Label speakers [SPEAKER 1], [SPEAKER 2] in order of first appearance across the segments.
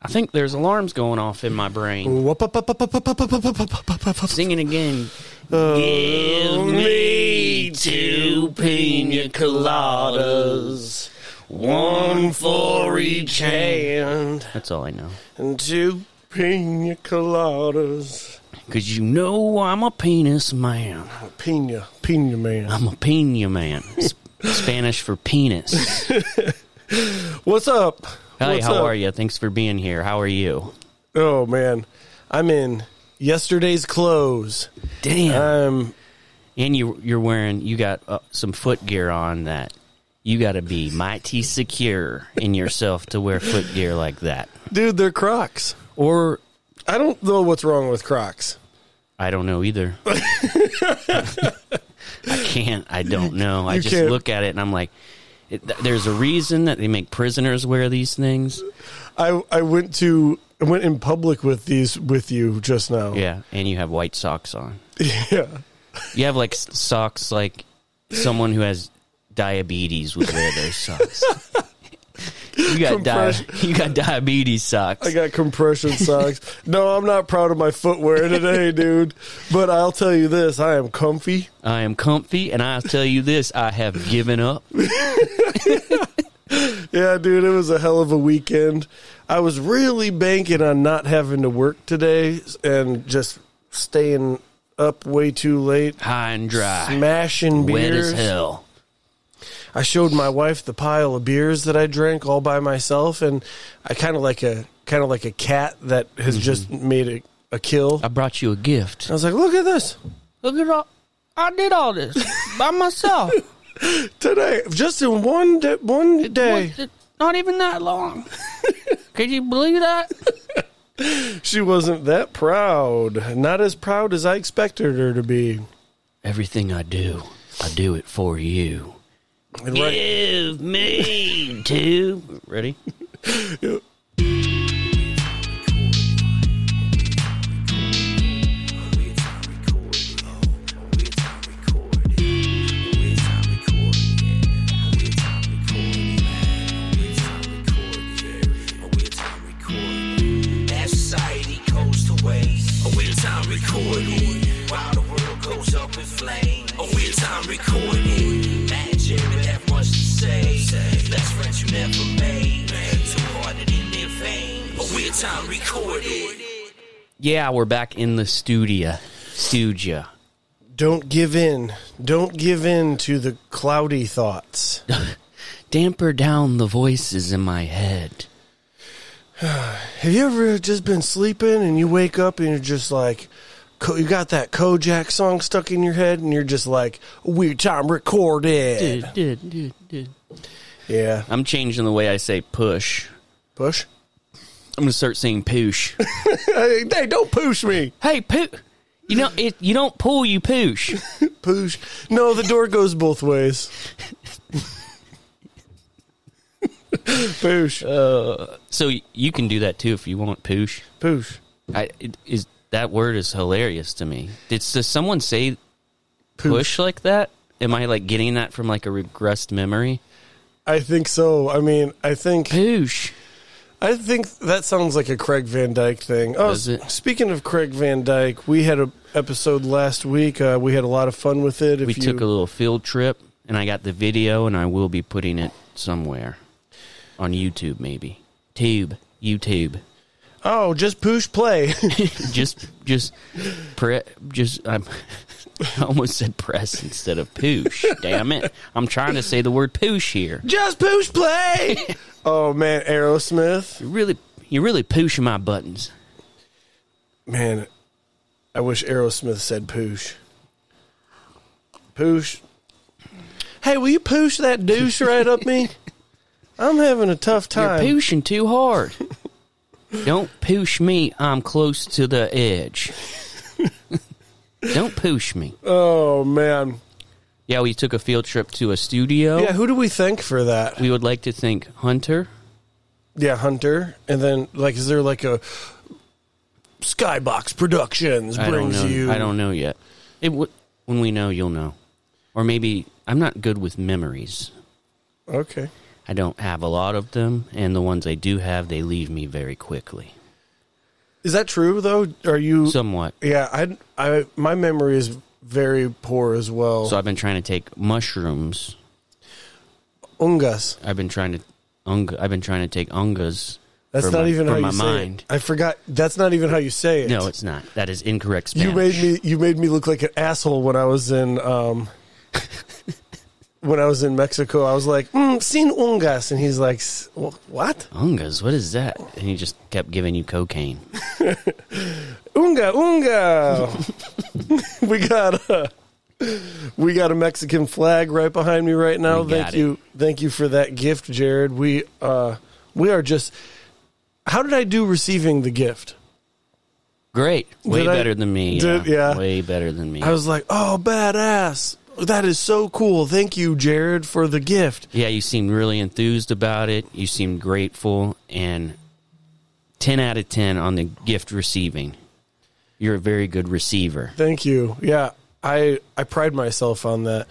[SPEAKER 1] I think there's alarms going off in my brain. Singing again. Give me two pina coladas,
[SPEAKER 2] One for each hand
[SPEAKER 1] That's all I know.
[SPEAKER 2] and two pina coladas.
[SPEAKER 1] Cause you know I'm a penis man.
[SPEAKER 2] Pina, pina man.
[SPEAKER 1] I'm a pina man. It's Spanish for penis.
[SPEAKER 2] What's up?
[SPEAKER 1] Hey,
[SPEAKER 2] What's
[SPEAKER 1] how
[SPEAKER 2] up?
[SPEAKER 1] are you? Thanks for being here. How are you?
[SPEAKER 2] Oh man, I'm in yesterday's clothes.
[SPEAKER 1] Damn.
[SPEAKER 2] I'm
[SPEAKER 1] and you you're wearing you got uh, some foot gear on that you got to be mighty secure in yourself to wear foot gear like that
[SPEAKER 2] dude. They're Crocs.
[SPEAKER 1] or
[SPEAKER 2] I don't know what's wrong with Crocs.
[SPEAKER 1] i don't know either i can't i don't know i
[SPEAKER 2] You
[SPEAKER 1] just
[SPEAKER 2] can't.
[SPEAKER 1] look at it and i'm like it, th- there's a reason that they make prisoners wear these things
[SPEAKER 2] I I went to I went in public with these with you just now.
[SPEAKER 1] yeah and you have white socks on
[SPEAKER 2] Yeah.
[SPEAKER 1] you have like s- socks like someone who has diabetes would wear those socks you got di-
[SPEAKER 2] Compress-
[SPEAKER 1] you got diabetes socks
[SPEAKER 2] I got compression socks. No, I'm not proud of my footwear today, dude. But I'll tell you this, I am comfy.
[SPEAKER 1] I am comfy, and I tell you this: I have given up.
[SPEAKER 2] Yeah, dude, it was a hell of a weekend. I was really banking on not having to work today and just staying up way too late,
[SPEAKER 1] High and dry,
[SPEAKER 2] smashing
[SPEAKER 1] wet
[SPEAKER 2] beers.
[SPEAKER 1] as hell.
[SPEAKER 2] I showed my wife the pile of beers that I drank all by myself, and I kind of like a kind of like a cat that has just made a, a kill.
[SPEAKER 1] I brought you Mm-hmm. a gift.
[SPEAKER 2] I was like, look at this
[SPEAKER 1] Look at all. I did all this by myself.
[SPEAKER 2] today, just in one day, one day.
[SPEAKER 1] Not even that long. Could you believe that?
[SPEAKER 2] She wasn't that proud, not as proud as I expected her to be.
[SPEAKER 1] Everything I do, I do it for you.
[SPEAKER 2] And right,
[SPEAKER 1] Give me two. Ready?
[SPEAKER 3] Recording while the world goes up in flames. A weird time recording. Imagine with that much to say. Less friends you never made. Too hard and in their vein. A weird time recorded.
[SPEAKER 1] Yeah, we're back in the studio. Studio.
[SPEAKER 2] don't give in. Don't give in to the cloudy thoughts.
[SPEAKER 1] Damper down the voices in my head.
[SPEAKER 2] Have you ever just been sleeping and you wake up and you're just like, co- you got that Kojak song stuck in your head and you're just like, weird time recorded.
[SPEAKER 1] Dude, dude, dude.
[SPEAKER 2] Yeah.
[SPEAKER 1] I'm changing the way I say push.
[SPEAKER 2] Push?
[SPEAKER 1] I'm gonna start saying poosh.
[SPEAKER 2] Hey, hey, don't push me.
[SPEAKER 1] hey, poo. You know, it, you don't pull, you poosh.
[SPEAKER 2] Push. No, the door goes both ways. push.
[SPEAKER 1] Uh, So y- you can do that too if you want, poosh.
[SPEAKER 2] Push.
[SPEAKER 1] I it, is that word is hilarious to me. Did does someone say
[SPEAKER 2] Poosh.
[SPEAKER 1] push like that? Am I like getting that from like a regressed memory?
[SPEAKER 2] I think so. I mean, I think
[SPEAKER 1] Poosh.
[SPEAKER 2] I think that sounds like a Craig Van Dyke thing. Oh,
[SPEAKER 1] Does it?
[SPEAKER 2] speaking of Craig Van Dyke, we had a episode last week. Uh, we had a lot of fun with it. If
[SPEAKER 1] We
[SPEAKER 2] you,
[SPEAKER 1] took a little field trip, and I got the video, and I will be putting it somewhere on YouTube, maybe Tube, YouTube.
[SPEAKER 2] oh, just push play.
[SPEAKER 1] just just pre- just I'm, I almost said press instead of poosh. Damn it! I'm trying to say the word poosh here.
[SPEAKER 2] just push play. oh man, Aerosmith.
[SPEAKER 1] You really you really pushing my buttons.
[SPEAKER 2] Man, I wish Aerosmith said push. Push. Hey, will you push that douche right up me? I'm having a tough
[SPEAKER 1] You're
[SPEAKER 2] time.
[SPEAKER 1] pushing too hard. Don't push me. I'm close to the edge. Don't push me.
[SPEAKER 2] oh man.
[SPEAKER 1] Yeah, we took a field trip to a studio.
[SPEAKER 2] Yeah, who do we thank for that?
[SPEAKER 1] We would like to thank Hunter.
[SPEAKER 2] Yeah, Hunter. And then, like, is there like a Skybox Productions
[SPEAKER 1] I don't
[SPEAKER 2] brings
[SPEAKER 1] know.
[SPEAKER 2] you?
[SPEAKER 1] I don't know yet. It w- when we know, you'll know. Or maybe I'm not good with memories.
[SPEAKER 2] Okay.
[SPEAKER 1] I don't have a lot of them, and the ones I do have, they leave me very quickly.
[SPEAKER 2] Is that true though? Are you?
[SPEAKER 1] Somewhat.
[SPEAKER 2] yeah, I, I, my memory is very poor as well.
[SPEAKER 1] So I've been trying to take mushrooms.
[SPEAKER 2] Ungas.
[SPEAKER 1] I've been trying to unga, I've been trying to take ungas.
[SPEAKER 2] That's
[SPEAKER 1] for
[SPEAKER 2] not
[SPEAKER 1] my-
[SPEAKER 2] even
[SPEAKER 1] for
[SPEAKER 2] how
[SPEAKER 1] my
[SPEAKER 2] you
[SPEAKER 1] mind.
[SPEAKER 2] say it. I forgot. That's not even how you say it.
[SPEAKER 1] No, it's not. That is incorrect Spanish.
[SPEAKER 2] you made me. You made me look like an asshole when I was in. Um, when I was in Mexico, I was like, mm, "Sin ungas," and he's like, "S- wh- "What?
[SPEAKER 1] ungas. What is that? And he just kept giving you cocaine.
[SPEAKER 2] Unga unga." we got a we got a Mexican flag right behind me right now.
[SPEAKER 1] We
[SPEAKER 2] Thank
[SPEAKER 1] got
[SPEAKER 2] you, thank you for that gift, Jared. We uh we are just. How did I do receiving the gift?
[SPEAKER 1] Great. Way
[SPEAKER 2] Did I-
[SPEAKER 1] better than me.
[SPEAKER 2] did-
[SPEAKER 1] yeah.
[SPEAKER 2] yeah.
[SPEAKER 1] Way better than me.
[SPEAKER 2] I was like, "Oh, badass! That is so cool! Thank you, Jared, for the gift."
[SPEAKER 1] yeah, you seemed really enthused about it. You seemed grateful and 10 out of 10 on the gift receiving. You're a very good receiver.
[SPEAKER 2] Thank you. Yeah, I I pride myself on that.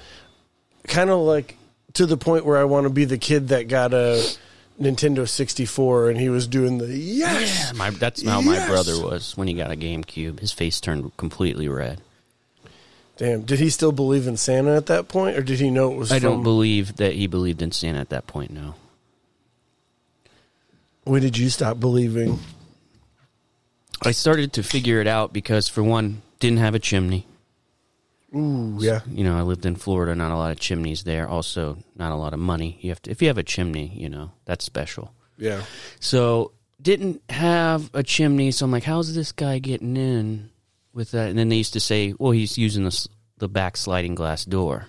[SPEAKER 2] Kind of like to the point where I want to be the kid that got a Nintendo 64 and he was doing the yes.
[SPEAKER 1] My, that's how my
[SPEAKER 2] Yes.
[SPEAKER 1] brother was when he got a GameCube. His face turned completely red.
[SPEAKER 2] Damn, did he still believe in Santa at that point, or did he know it was?
[SPEAKER 1] I don't
[SPEAKER 2] from-
[SPEAKER 1] believe that he believed in Santa at that point, no.
[SPEAKER 2] When did you stop believing?
[SPEAKER 1] I started to figure it out because, for one, didn't have a chimney.
[SPEAKER 2] Ooh, yeah.
[SPEAKER 1] you know, I lived in Florida, not a lot of chimneys there. Also, not a lot of money. You have to if you have a chimney, you know, that's special.
[SPEAKER 2] Yeah.
[SPEAKER 1] So didn't have a chimney, so I'm like, how's this guy getting in with that? And then they used to say, well, he's using the s- the back sliding glass door.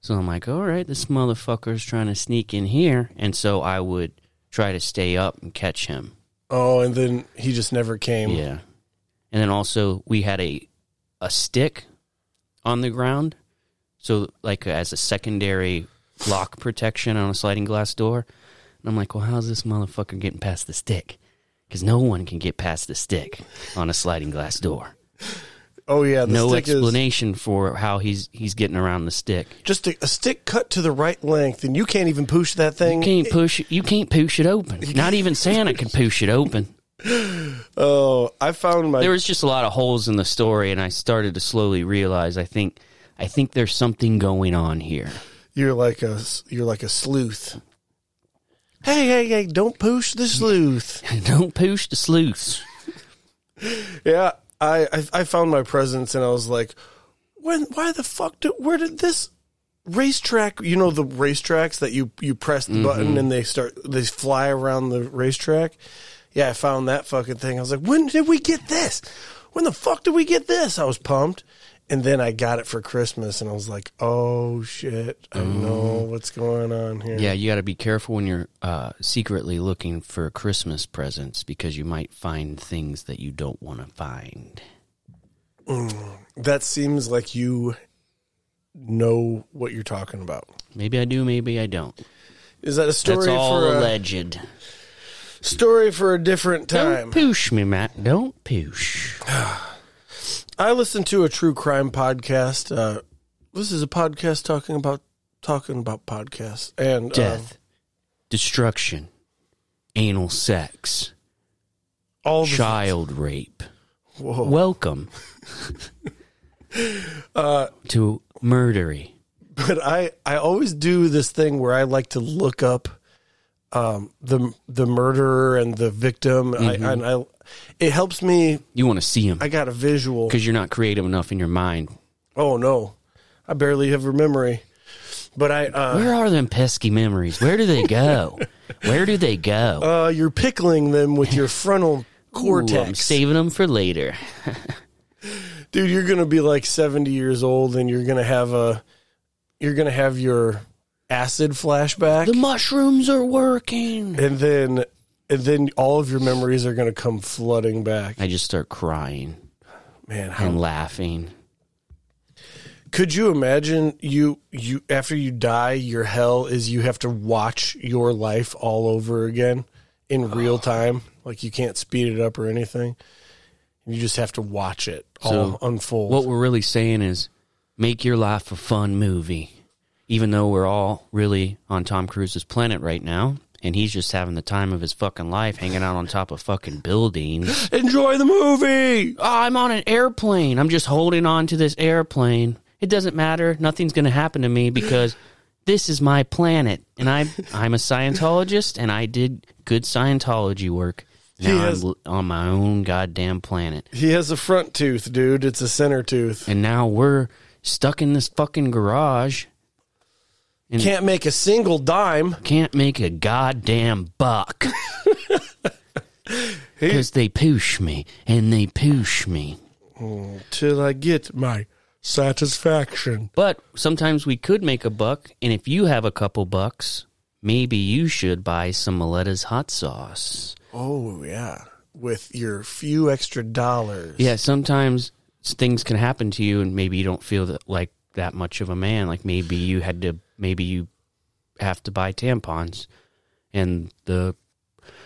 [SPEAKER 1] So I'm like, all right, this motherfucker's trying to sneak in here, and so I would try to stay up and catch him.
[SPEAKER 2] Oh, and then he just never came.
[SPEAKER 1] Yeah. And then also we had a a stick on the ground. So like as a secondary lock protection on a sliding glass door. And I'm like, "Well, how's this motherfucker getting past the stick?" Cuz no one can get past the stick on a sliding glass door.
[SPEAKER 2] Oh, yeah. The
[SPEAKER 1] no
[SPEAKER 2] stick is-
[SPEAKER 1] explanation for how he's he's getting around the stick.
[SPEAKER 2] just a, a stick cut to the right length, and you can't even push that thing.
[SPEAKER 1] You can't push you can't push it open. Not even Santa can push it open.
[SPEAKER 2] Oh, I found my.
[SPEAKER 1] there was just a lot of holes in the story and i started to slowly realize i think i think there's something going on here
[SPEAKER 2] you're like a you're like a sleuth. Hey, hey, hey! Don't push the sleuth.
[SPEAKER 1] don't push the sleuths
[SPEAKER 2] yeah, I, I I found my presence, and I was like, when? Why the fuck? Did, where did this racetrack? You know the racetracks that you you press the
[SPEAKER 1] Mm-hmm.
[SPEAKER 2] button and they start they fly around the racetrack. Yeah, I found that fucking thing. I was like, when did we get this? When the fuck did we get this? I was pumped. And then I got it for Christmas, and I was like, "Oh shit! I know what's going on here."
[SPEAKER 1] Mm-hmm. yeah you got to be careful when you're uh, secretly looking for christmas presents because you might find things that you don't want to find
[SPEAKER 2] That seems like you know what you're talking about.
[SPEAKER 1] maybe i do maybe i don't
[SPEAKER 2] Is that a story
[SPEAKER 1] that's all
[SPEAKER 2] for uh, a
[SPEAKER 1] alleged
[SPEAKER 2] story for a different
[SPEAKER 1] don't
[SPEAKER 2] time?
[SPEAKER 1] push me matt don't push
[SPEAKER 2] I listened to a true crime podcast. Uh, this is a podcast talking about talking about podcasts and uh,
[SPEAKER 1] death destruction anal sex
[SPEAKER 2] um, all the,
[SPEAKER 1] child rape
[SPEAKER 2] whoa,
[SPEAKER 1] welcome to murdery.
[SPEAKER 2] but I I always do this thing where I like to look up um, the the murderer and the victim,
[SPEAKER 1] Mm-hmm.
[SPEAKER 2] I, and I it helps me.
[SPEAKER 1] You want to see him
[SPEAKER 2] I got a visual.
[SPEAKER 1] because you're not creative enough in your mind.
[SPEAKER 2] Oh no, I barely have a memory. But I, uh,
[SPEAKER 1] Where are them pesky memories? Where do they go? Where do they go?
[SPEAKER 2] uh, you're pickling them with your
[SPEAKER 1] Ooh,
[SPEAKER 2] frontal
[SPEAKER 1] I'm
[SPEAKER 2] cortex,
[SPEAKER 1] saving them for later.
[SPEAKER 2] dude. You're gonna be like 70 years old, and you're gonna have a, you're gonna have your acid flashback,
[SPEAKER 1] The mushrooms are working.
[SPEAKER 2] and then, and then all of your memories are gonna come flooding back.
[SPEAKER 1] I just start crying
[SPEAKER 2] Man, how
[SPEAKER 1] and laughing.
[SPEAKER 2] Could you imagine you you after you die, your hell is you have to watch your life all over again in real time. Like you can't speed it up or anything. You just have to watch it all
[SPEAKER 1] So,
[SPEAKER 2] unfold.
[SPEAKER 1] What we're really saying is make your life a fun movie. even though we're all really on Tom Cruise's planet right now, and he's just having the time of his fucking life hanging out on top of fucking buildings.
[SPEAKER 2] Enjoy the movie.
[SPEAKER 1] oh, I'm on an airplane. I'm just holding on to this airplane. It doesn't matter. Nothing's going to happen to me because this is my planet, and I'm I'm a Scientologist, and I did good Scientology work.
[SPEAKER 2] He
[SPEAKER 1] Now
[SPEAKER 2] has-
[SPEAKER 1] I'm l- on my own goddamn planet,
[SPEAKER 2] He has a front tooth, dude. It's a center tooth.
[SPEAKER 1] and now we're stuck in this fucking garage.
[SPEAKER 2] Can't make a single dime.
[SPEAKER 1] can't make a goddamn buck. Because they push me and they push me.
[SPEAKER 2] till I get my satisfaction.
[SPEAKER 1] But sometimes we could make a buck, and if you have a couple bucks, maybe you should buy some Miletta's hot sauce.
[SPEAKER 2] Oh yeah, with your few extra dollars.
[SPEAKER 1] Yeah, sometimes things can happen to you, and maybe you don't feel that, like that much of a man. Like maybe you had to, maybe you have to buy tampons, and the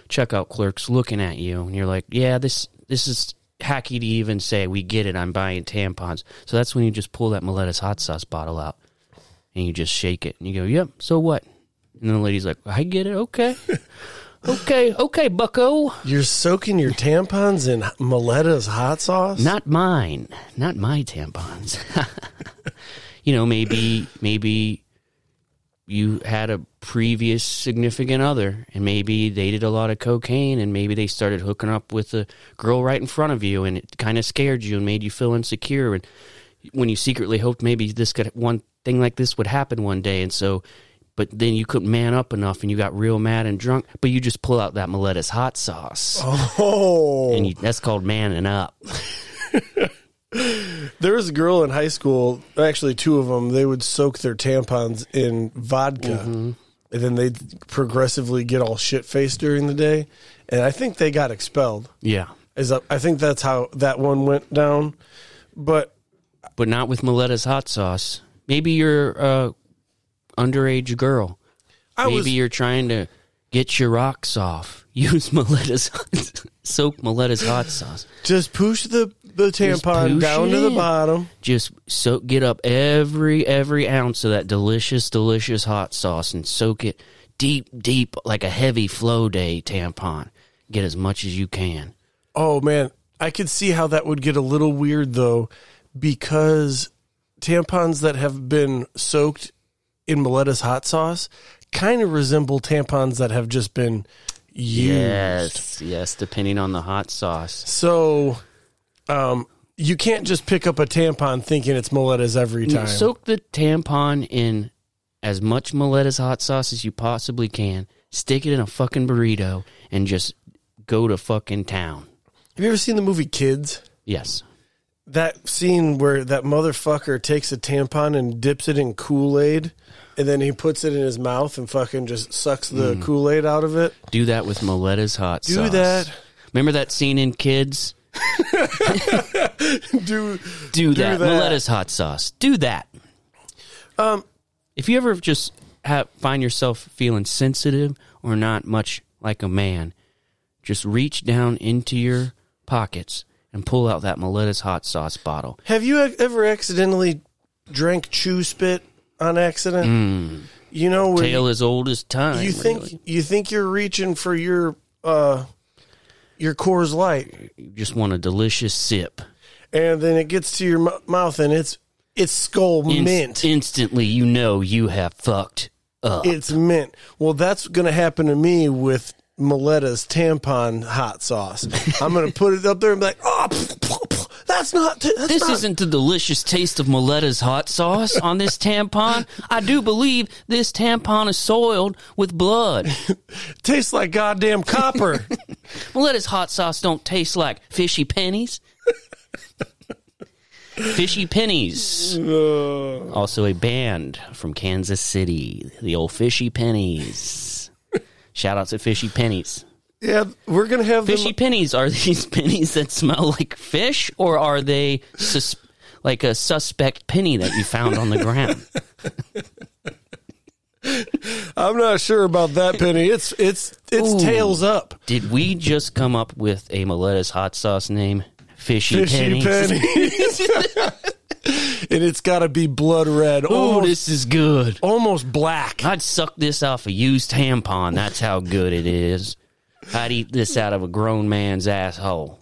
[SPEAKER 1] checkout clerk's looking at you, and you're like, "Yeah, this this is hacky to even say. We get it. I'm buying tampons." So that's when you just pull that Miletus hot sauce bottle out, and you just shake it, and you go, "Yep. So what?" And then the lady's like, "I get it. Okay." Okay, okay, bucko.
[SPEAKER 2] You're soaking your tampons in Miletta's hot sauce.
[SPEAKER 1] Not mine. Not my tampons. you know, maybe maybe you had a previous significant other and maybe they did a lot of cocaine and maybe they started hooking up with a girl right in front of you and it kind of scared you and made you feel insecure and when you secretly hoped maybe this could one thing like this would happen one day and so but then you couldn't man up enough and you got real mad and drunk but you just pull out that Miletus hot sauce
[SPEAKER 2] oh,
[SPEAKER 1] and you, that's called manning up
[SPEAKER 2] there was a girl in high school. Actually, two of them. They would soak their tampons in vodka,
[SPEAKER 1] Mm-hmm.
[SPEAKER 2] and then they'd progressively get all shit faced during the day. And I think they got expelled.
[SPEAKER 1] yeah
[SPEAKER 2] Is I think that's how that one went down. But
[SPEAKER 1] but not with Miletta's hot sauce. Maybe you're a underage girl.
[SPEAKER 2] I
[SPEAKER 1] Maybe
[SPEAKER 2] was
[SPEAKER 1] you're trying to get your rocks off. Use Miletta's hot- soak Miletta's hot sauce.
[SPEAKER 2] just push the the tampon
[SPEAKER 1] push
[SPEAKER 2] down
[SPEAKER 1] it
[SPEAKER 2] to the
[SPEAKER 1] in.
[SPEAKER 2] bottom.
[SPEAKER 1] Just soak get up every every ounce of that delicious delicious hot sauce and soak it deep deep like a heavy flow day tampon. Get as much as you can.
[SPEAKER 2] Oh man, I could see how that would get a little weird though, because tampons that have been soaked in Miletta's hot sauce kind of resemble tampons that have just been used.
[SPEAKER 1] Yes, yes, depending on the hot sauce.
[SPEAKER 2] So, um, you can't just pick up a tampon thinking it's Miletta's every time.
[SPEAKER 1] Soak the tampon in as much Miletta's hot sauce as you possibly can. Stick it in a fucking burrito and just go to fucking town.
[SPEAKER 2] have you ever seen the movie Kids?
[SPEAKER 1] Yes.
[SPEAKER 2] That scene where that motherfucker takes a tampon and dips it in Kool Aid, and then he puts it in his mouth and fucking just sucks the Kool Aid out of it.
[SPEAKER 1] Do that with Miletta's hot
[SPEAKER 2] Do
[SPEAKER 1] sauce.
[SPEAKER 2] that.
[SPEAKER 1] Remember that scene in Kids?
[SPEAKER 2] Do
[SPEAKER 1] Do that.
[SPEAKER 2] that.
[SPEAKER 1] Miletta's hot sauce. Do that.
[SPEAKER 2] Um,
[SPEAKER 1] If you ever just have, find yourself feeling sensitive or not much like a man, just reach down into your pockets and pull out that Miletta's hot sauce bottle.
[SPEAKER 2] Have you ac- ever accidentally drank chew spit on accident? You know where
[SPEAKER 1] Tale as old as time.
[SPEAKER 2] you, you think
[SPEAKER 1] really.
[SPEAKER 2] you think you're reaching for your uh your Coors Light,
[SPEAKER 1] you just want a delicious sip.
[SPEAKER 2] and then it gets to your m- mouth and it's it's skull
[SPEAKER 1] Inst-
[SPEAKER 2] mint.
[SPEAKER 1] Instantly, you know you have fucked up.
[SPEAKER 2] it's mint. Well, that's going to happen to me with Miletta's tampon hot sauce. I'm going to put it up there and be like, oh, pff, pff, pff, that's not t- that's
[SPEAKER 1] this
[SPEAKER 2] not-
[SPEAKER 1] isn't the delicious taste of Miletta's hot sauce on this tampon. I do believe this tampon is soiled with blood.
[SPEAKER 2] tastes like goddamn copper.
[SPEAKER 1] Miletta's hot sauce don't taste like fishy pennies. fishy pennies. Also a band from Kansas City, the old Fishy Pennies. Shout out to Fishy Pennies.
[SPEAKER 2] yeah, we're going to have them-
[SPEAKER 1] Fishy pennies are these pennies that smell like fish, or are they sus- like a suspect penny that you found on the ground?
[SPEAKER 2] I'm not sure about that penny. It's it's it's tails up.
[SPEAKER 1] Did we just come up with a Miletta's hot sauce name? Fishy,
[SPEAKER 2] Fishy
[SPEAKER 1] pennies.
[SPEAKER 2] pennies. and it's got to be blood red,
[SPEAKER 1] Oh,
[SPEAKER 2] almost,
[SPEAKER 1] this is good.
[SPEAKER 2] almost black.
[SPEAKER 1] I'd suck this off a used tampon. That's how good it is. I'd eat this out of a grown man's asshole.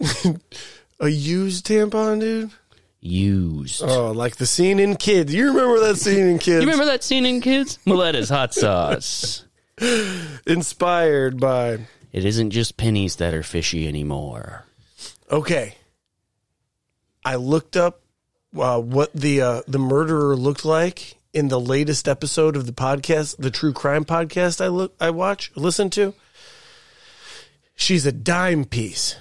[SPEAKER 2] A used tampon, dude.
[SPEAKER 1] Used.
[SPEAKER 2] Oh, like the scene in Kids. You remember that scene in Kids?
[SPEAKER 1] You remember that scene in Kids? Miletta's hot sauce.
[SPEAKER 2] Inspired by.
[SPEAKER 1] It isn't just pennies that are fishy anymore.
[SPEAKER 2] Okay, I looked up uh, what the uh, the murderer looked like in the latest episode of the podcast, the true crime podcast. I look, I watch, listen to. She's a dime piece.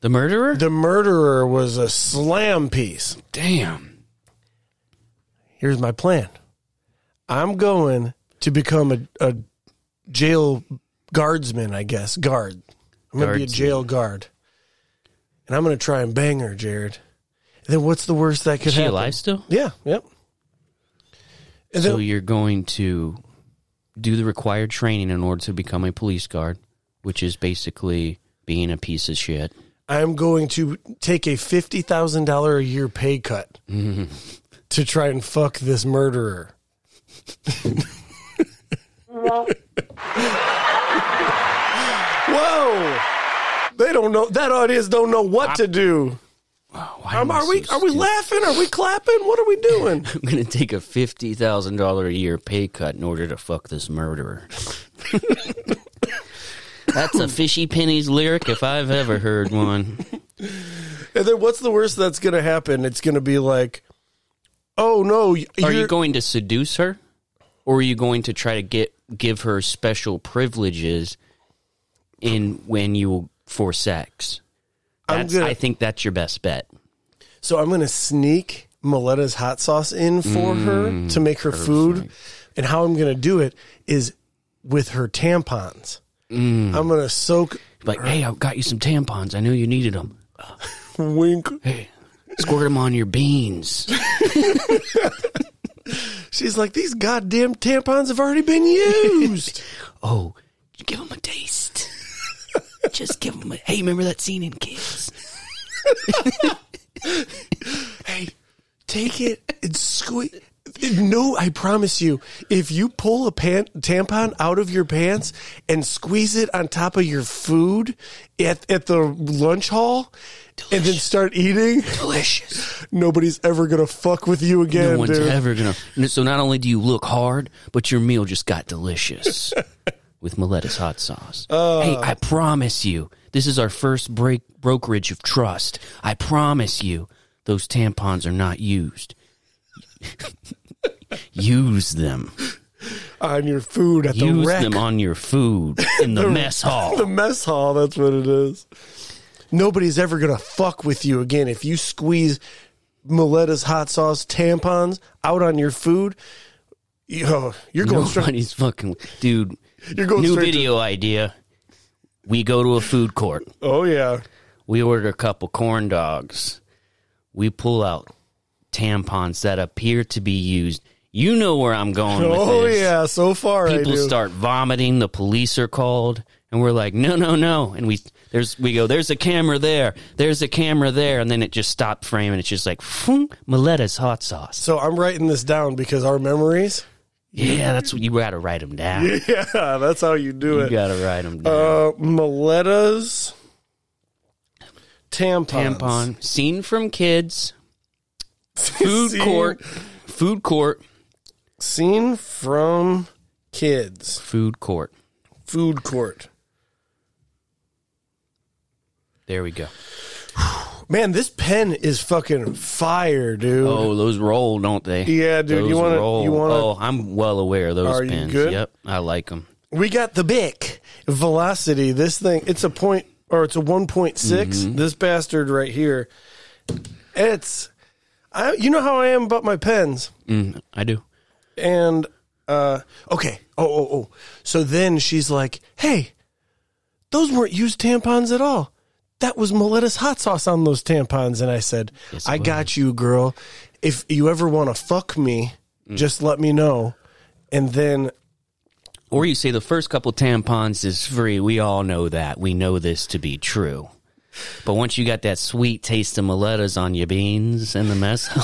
[SPEAKER 1] The murderer?
[SPEAKER 2] The murderer was a slam piece.
[SPEAKER 1] Damn.
[SPEAKER 2] here's my plan. I'm going to become a, a jail guardsman, I guess. Guard. I'm going to be a
[SPEAKER 1] Guardsman.
[SPEAKER 2] jail guard. And I'm going to try and bang her, Jared. And then what's the worst that could
[SPEAKER 1] Is she
[SPEAKER 2] happen?
[SPEAKER 1] alive still?
[SPEAKER 2] Yeah, yep. And
[SPEAKER 1] So
[SPEAKER 2] then,
[SPEAKER 1] you're going to do the required training in order to become a police guard, which is basically being a piece of shit.
[SPEAKER 2] I'm going to take a $50,000 a year pay cut
[SPEAKER 1] Mm-hmm.
[SPEAKER 2] to try and fuck this murderer. Whoa! They don't know. That audience don't know what to do.
[SPEAKER 1] Oh, Why am
[SPEAKER 2] Um,
[SPEAKER 1] I
[SPEAKER 2] are we
[SPEAKER 1] so
[SPEAKER 2] are we
[SPEAKER 1] stupid?
[SPEAKER 2] laughing? Are we clapping? What are we doing?
[SPEAKER 1] I'm going to take a fifty thousand dollar a year pay cut in order to fuck this murderer. That's a fishy pennies lyric if I've ever heard one.
[SPEAKER 2] And then what's the worst that's going to happen? It's going to be like, oh no, y-
[SPEAKER 1] Are you
[SPEAKER 2] you're-
[SPEAKER 1] going to seduce her, or are you going to try to get give her special privileges in when you for sex?
[SPEAKER 2] I'm
[SPEAKER 1] That's,
[SPEAKER 2] gonna-
[SPEAKER 1] I think that's your best bet.
[SPEAKER 2] So I'm going to sneak Miletta's hot sauce in for her to make her food. And how I'm going to do it is with her tampons. I'm going to soak
[SPEAKER 1] Like, hey, I've got you some tampons. I know you needed them.
[SPEAKER 2] wink.
[SPEAKER 1] Hey, squirt them on your beans.
[SPEAKER 2] She's like, these goddamn tampons have already been used.
[SPEAKER 1] Oh, give them a taste. Just give them a. Hey, remember that scene in Kids?
[SPEAKER 2] hey, take it and squeeze. No, I promise you, if you pull a pan- tampon out of your pants and squeeze it on top of your food at, at the lunch hall and then start eating,
[SPEAKER 1] Delicious.
[SPEAKER 2] nobody's ever gonna fuck with you again,
[SPEAKER 1] No one's
[SPEAKER 2] dude.
[SPEAKER 1] ever gonna. n- So not only do you look hard, but your meal just got delicious with Miletta's hot sauce.
[SPEAKER 2] Uh.
[SPEAKER 1] hey, I promise you, this is our first break brokerage of trust. I promise you, those tampons are not used. Use them.
[SPEAKER 2] on your food at the
[SPEAKER 1] Use
[SPEAKER 2] rec,
[SPEAKER 1] them on your food in the, mess hall.
[SPEAKER 2] the mess hall. That's what it is. Nobody's ever gonna fuck with you again if you squeeze Miletta's hot sauce tampons out on your food. Yo, you're going straight.
[SPEAKER 1] Nobody's fucking dude.
[SPEAKER 2] You're going
[SPEAKER 1] new
[SPEAKER 2] straight to-
[SPEAKER 1] video idea. We go to a food court.
[SPEAKER 2] Oh yeah,
[SPEAKER 1] We order a couple corn dogs. We pull out tampons that appear to be used. You know where I'm going with
[SPEAKER 2] oh
[SPEAKER 1] this.
[SPEAKER 2] yeah. So far, I
[SPEAKER 1] People
[SPEAKER 2] do.
[SPEAKER 1] start vomiting. The police are called, and we're like, "No, no, no!" And we there's we go. There's a camera there. There's a camera there, and then it just stopped frame, and it's just like, "Phoom, Miletta's hot sauce."
[SPEAKER 2] so I'm writing this down because our memories.
[SPEAKER 1] Yeah, that's what you got to write them down.
[SPEAKER 2] Yeah, that's how you do
[SPEAKER 1] You
[SPEAKER 2] it.
[SPEAKER 1] got to write them down.
[SPEAKER 2] Uh, Miletta's tampons.
[SPEAKER 1] tampon scene from kids food
[SPEAKER 2] Scene-
[SPEAKER 1] court food court
[SPEAKER 2] Scene from Kids.
[SPEAKER 1] food court
[SPEAKER 2] food court.
[SPEAKER 1] there we go
[SPEAKER 2] Man, this pen is fucking fire, dude.
[SPEAKER 1] oh those roll don't they
[SPEAKER 2] Yeah, dude,
[SPEAKER 1] Those
[SPEAKER 2] you wanna-
[SPEAKER 1] roll.
[SPEAKER 2] you wanna-
[SPEAKER 1] oh i'm well aware of those
[SPEAKER 2] Are you
[SPEAKER 1] pins
[SPEAKER 2] good?
[SPEAKER 1] yep i like them
[SPEAKER 2] We got the Bic velocity. This thing, it's a point or it's a one This bastard right here. It's, I, you know how I am about my pens.
[SPEAKER 1] Mm, i do
[SPEAKER 2] and uh okay oh oh oh so then she's like hey those weren't used tampons at all that was miletta's hot sauce on those tampons and i said i got you girl if you ever want to fuck me just let me know and then
[SPEAKER 1] or you say the first couple tampons is free we all know that we know this to be true But once you got that sweet taste of meletas on your beans in the mess hall,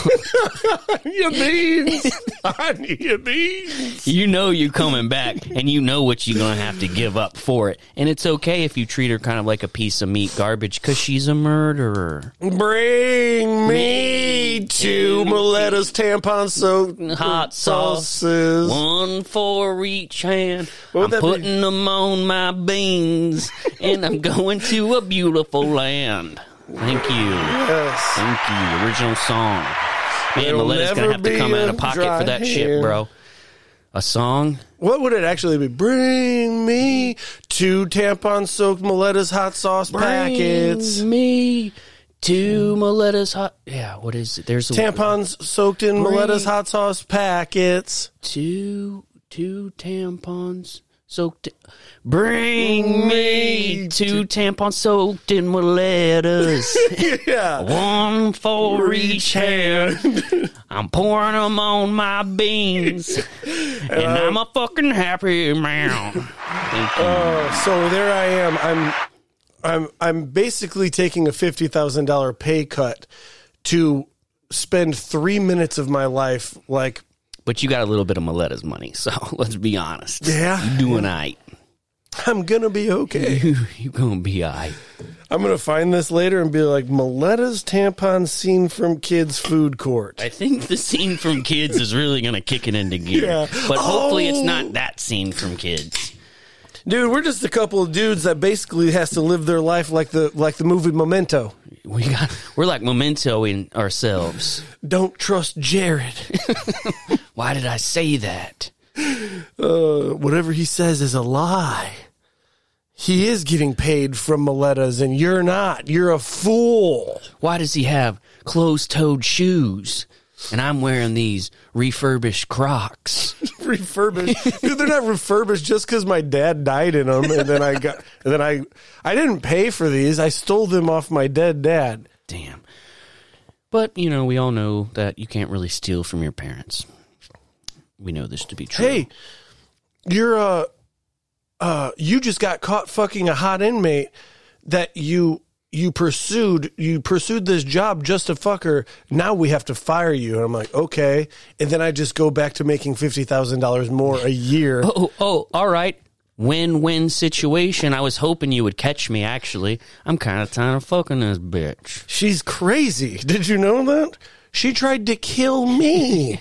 [SPEAKER 2] your beans. I need your beans.
[SPEAKER 1] you know you're coming back and you know what you're going to have to give up for it. And it's okay if you treat her kind of like a piece of meat garbage because she's a murderer.
[SPEAKER 2] Bring me two Miletta's tampon soaked
[SPEAKER 1] Hot sauce.
[SPEAKER 2] sauces.
[SPEAKER 1] One for each hand.
[SPEAKER 2] What would
[SPEAKER 1] I'm
[SPEAKER 2] that be?
[SPEAKER 1] putting them on my beans and I'm going to a beautiful land. Thank you.
[SPEAKER 2] Yes.
[SPEAKER 1] Thank you. Original song. Man,
[SPEAKER 2] There'll
[SPEAKER 1] Miletta's going
[SPEAKER 2] never
[SPEAKER 1] to have to come
[SPEAKER 2] be
[SPEAKER 1] out
[SPEAKER 2] a
[SPEAKER 1] of pocket for
[SPEAKER 2] dry
[SPEAKER 1] that shit,
[SPEAKER 2] hand.
[SPEAKER 1] bro. A song?
[SPEAKER 2] What would it actually be? Bring me two tampon soaked Miletta's hot sauce packets.
[SPEAKER 1] Bring me two Miletta's hot. Yeah, what is it? There's a
[SPEAKER 2] Tampons soaked in Miletta's hot sauce packets.
[SPEAKER 1] two two tampons soaked. Bring me two tampons soaked in Miletta's.
[SPEAKER 2] yeah.
[SPEAKER 1] One for each hand. I'm pouring them on my beans, and I'm
[SPEAKER 2] Uh,
[SPEAKER 1] a fucking happy man. Thank you.
[SPEAKER 2] Oh, so there I am. I'm I'm I'm basically taking a fifty thousand dollar pay cut to spend three minutes of my life like
[SPEAKER 1] but you got a little bit of Miletta's money, so let's be honest.
[SPEAKER 2] Yeah.
[SPEAKER 1] you doing aight.
[SPEAKER 2] I'm gonna be okay.
[SPEAKER 1] You you gonna be aight.
[SPEAKER 2] I'm gonna find this later and be like Miletta's tampon scene from kids food court.
[SPEAKER 1] I think the scene from Kids is really going to kick it into gear.
[SPEAKER 2] Yeah.
[SPEAKER 1] But hopefully it's
[SPEAKER 2] Oh.
[SPEAKER 1] not that scene from Kids.
[SPEAKER 2] Dude, we're just a couple of dudes that basically has to live their life like the like the movie Memento.
[SPEAKER 1] We got we're like memento in ourselves.
[SPEAKER 2] Don't trust Jared.
[SPEAKER 1] Why did I say that?
[SPEAKER 2] Uh, whatever he says is a lie. He is getting paid from Miletta's, and you're not. You're a fool.
[SPEAKER 1] Why does he have closed-toed shoes and I'm wearing these refurbished Crocs?
[SPEAKER 2] refurbished. Dude, they're not refurbished just because my dad died in them, and then I got, and then I, I didn't pay for these. I stole them off my dead dad.
[SPEAKER 1] Damn. But, you know, we all know that you can't really steal from your parents. We know this to be true.
[SPEAKER 2] Hey, you're uh, uh, you just got caught fucking a hot inmate that you you pursued you pursued this job just to fuck her. Now we have to fire you, and I'm like, okay. And then I just go back to making fifty thousand dollars more a year.
[SPEAKER 1] Oh, oh, all right. Win win situation. I was hoping you would catch me, actually. I'm kind of tired of fucking this bitch.
[SPEAKER 2] She's crazy. Did you know that? She tried to kill me.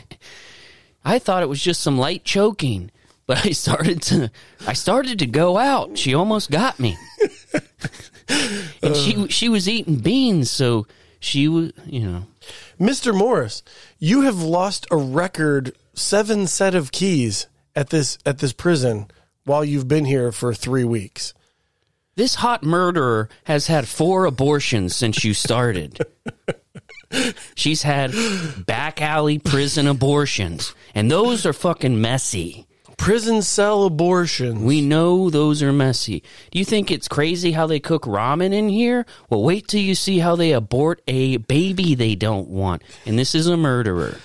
[SPEAKER 1] I thought it was just some light choking, but I started to I started to go out. She almost got me. and she she was eating beans, so she was, you know.
[SPEAKER 2] Mr. Morris, you have lost a record seven set of keys at this at this prison while you've been here for three weeks.
[SPEAKER 1] This hot murderer has had four abortions since you started. She's had back alley prison abortions, and those are fucking messy.
[SPEAKER 2] Prison cell abortion.
[SPEAKER 1] We know those are messy. Do you think it's crazy how they cook ramen in here? Well, wait till you see how they abort a baby they don't want. And this is a murderer.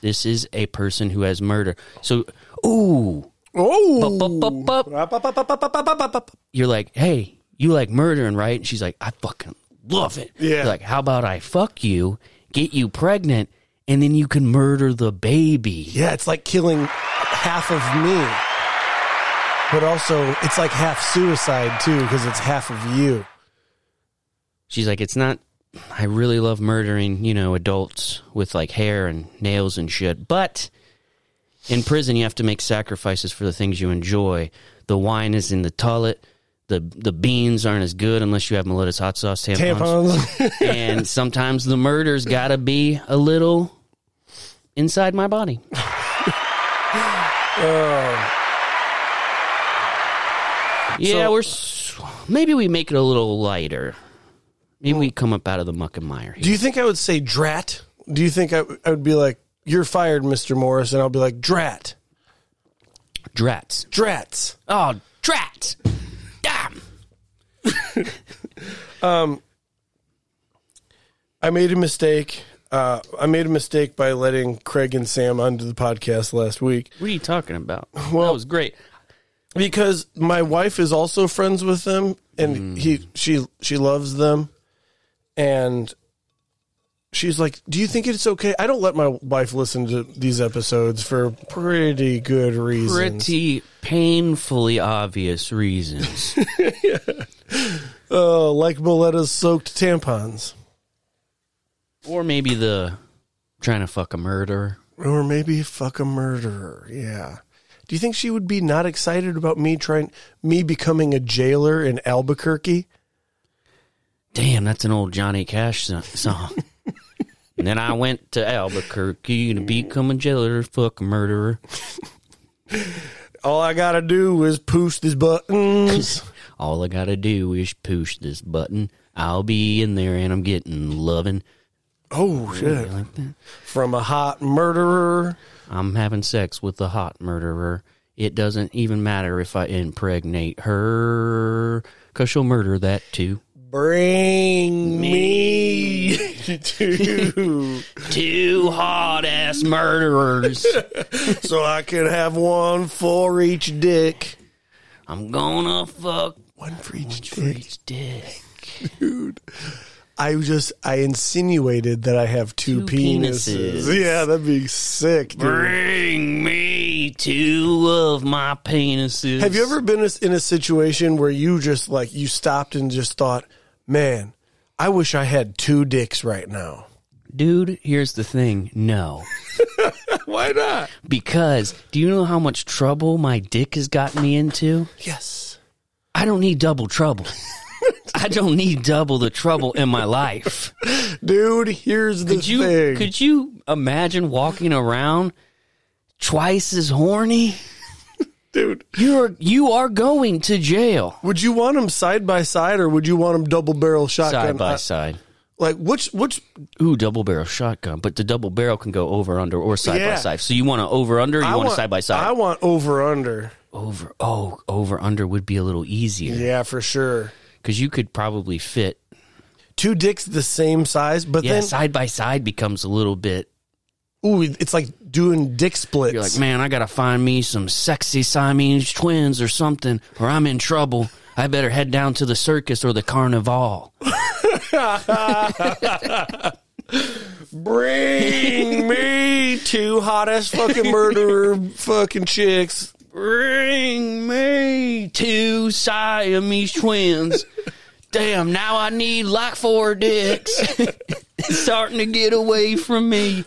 [SPEAKER 1] This is a person who has murder. So, ooh,
[SPEAKER 2] oh,
[SPEAKER 1] bup, bup, bup.
[SPEAKER 2] Up, up, up, up, up, up, up, up, up, up.
[SPEAKER 1] you're like, hey, you like murdering, right? And she's like, I fucking love it.
[SPEAKER 2] Yeah.
[SPEAKER 1] You're like, how about I fuck you, get you pregnant, and then you can murder the baby?
[SPEAKER 2] yeah, it's like killing half of me, but also it's like half suicide too because it's half of you.
[SPEAKER 1] She's like, it's not. I really love murdering, you know, adults with like hair and nails and shit. But in prison, you have to make sacrifices for the things you enjoy. The wine is in the toilet. The the beans aren't as good unless you have Miletta's hot sauce tampons.
[SPEAKER 2] Tampons.
[SPEAKER 1] and sometimes the murder's gotta be a little inside my body. Oh. yeah,
[SPEAKER 2] So-
[SPEAKER 1] we're s- maybe we make it a little lighter. Maybe we come up out of the muck and mire. Here.
[SPEAKER 2] Do you think I would say drat? Do you think I, I would be like, "You're fired, Mr. Morris," and I'll be like, "Drat,
[SPEAKER 1] Drats.
[SPEAKER 2] drats."
[SPEAKER 1] Oh, drat! Damn!
[SPEAKER 2] I made a mistake. Uh, I made a mistake by letting Craig and Sam onto the podcast last week
[SPEAKER 1] What are you talking about? Well, that was great.
[SPEAKER 2] because my wife is also friends with them, and he she she loves them. and she's like, "Do you think it's okay?" I don't let my wife listen to these episodes for pretty good reasons.
[SPEAKER 1] Pretty painfully obvious reasons.
[SPEAKER 2] Uh, like Miletta's soaked tampons,
[SPEAKER 1] or maybe the trying to fuck a murderer.
[SPEAKER 2] or maybe fuck a murderer. Yeah. Do you think she would be not excited about me trying me becoming a jailer in Albuquerque?
[SPEAKER 1] Damn, that's an old Johnny Cash so- song. and then I went to Albuquerque to become a jailer, fuck a murderer.
[SPEAKER 2] All I gotta do is push these buttons.
[SPEAKER 1] All I gotta do is push this button. I'll be in there and I'm getting loving.
[SPEAKER 2] oh shit!
[SPEAKER 1] Like that.
[SPEAKER 2] From a hot murderer.
[SPEAKER 1] I'm having sex with a hot murderer. It doesn't even matter if I impregnate her, because she'll murder that too.
[SPEAKER 2] Bring me to
[SPEAKER 1] Two hot ass murderers.
[SPEAKER 2] so I can have one for each dick.
[SPEAKER 1] I'm gonna fuck
[SPEAKER 2] One for each
[SPEAKER 1] for
[SPEAKER 2] dick.
[SPEAKER 1] each dick.
[SPEAKER 2] I just I insinuated that I have two,
[SPEAKER 1] Two
[SPEAKER 2] penises.
[SPEAKER 1] penises.
[SPEAKER 2] Yeah, that'd be sick. Dude.
[SPEAKER 1] Bring me two of my penises.
[SPEAKER 2] Have you ever been in a situation where you just like you stopped and just thought, "Man, I wish I had two dicks right now."
[SPEAKER 1] Dude, here's the thing. No.
[SPEAKER 2] Why not?
[SPEAKER 1] Because do you know how much trouble my dick has gotten me into?
[SPEAKER 2] Yes.
[SPEAKER 1] I don't need double trouble. I don't need double the trouble in my life.
[SPEAKER 2] Dude, here's the
[SPEAKER 1] Could you
[SPEAKER 2] thing.
[SPEAKER 1] could you imagine walking around twice as horny?
[SPEAKER 2] Dude,
[SPEAKER 1] You're you are going to jail.
[SPEAKER 2] would you want them side by side or would you want them double barrel shotgun?
[SPEAKER 1] Side by
[SPEAKER 2] I-
[SPEAKER 1] side.
[SPEAKER 2] Like which which
[SPEAKER 1] Ooh, double barrel shotgun, but the double barrel can go over under or side by
[SPEAKER 2] Yeah.
[SPEAKER 1] side. So you want to over under, or you
[SPEAKER 2] I
[SPEAKER 1] want to side by
[SPEAKER 2] I
[SPEAKER 1] side.
[SPEAKER 2] want over under.
[SPEAKER 1] Over oh, over under would be a little easier
[SPEAKER 2] Yeah, for sure.
[SPEAKER 1] cuz you could probably fit
[SPEAKER 2] Two dicks the same size, but
[SPEAKER 1] Yeah, side by side becomes a little bit
[SPEAKER 2] then ooh, it's like doing dick splits.
[SPEAKER 1] You're like, man, I gotta find me some sexy Siamese twins or something, or I'm in trouble. I better head down to the circus or the carnival.
[SPEAKER 2] Bring me two hottest fucking murderer fucking chicks.
[SPEAKER 1] Bring me two Siamese twins. Damn, now I need like four dicks. it's starting to get away from me.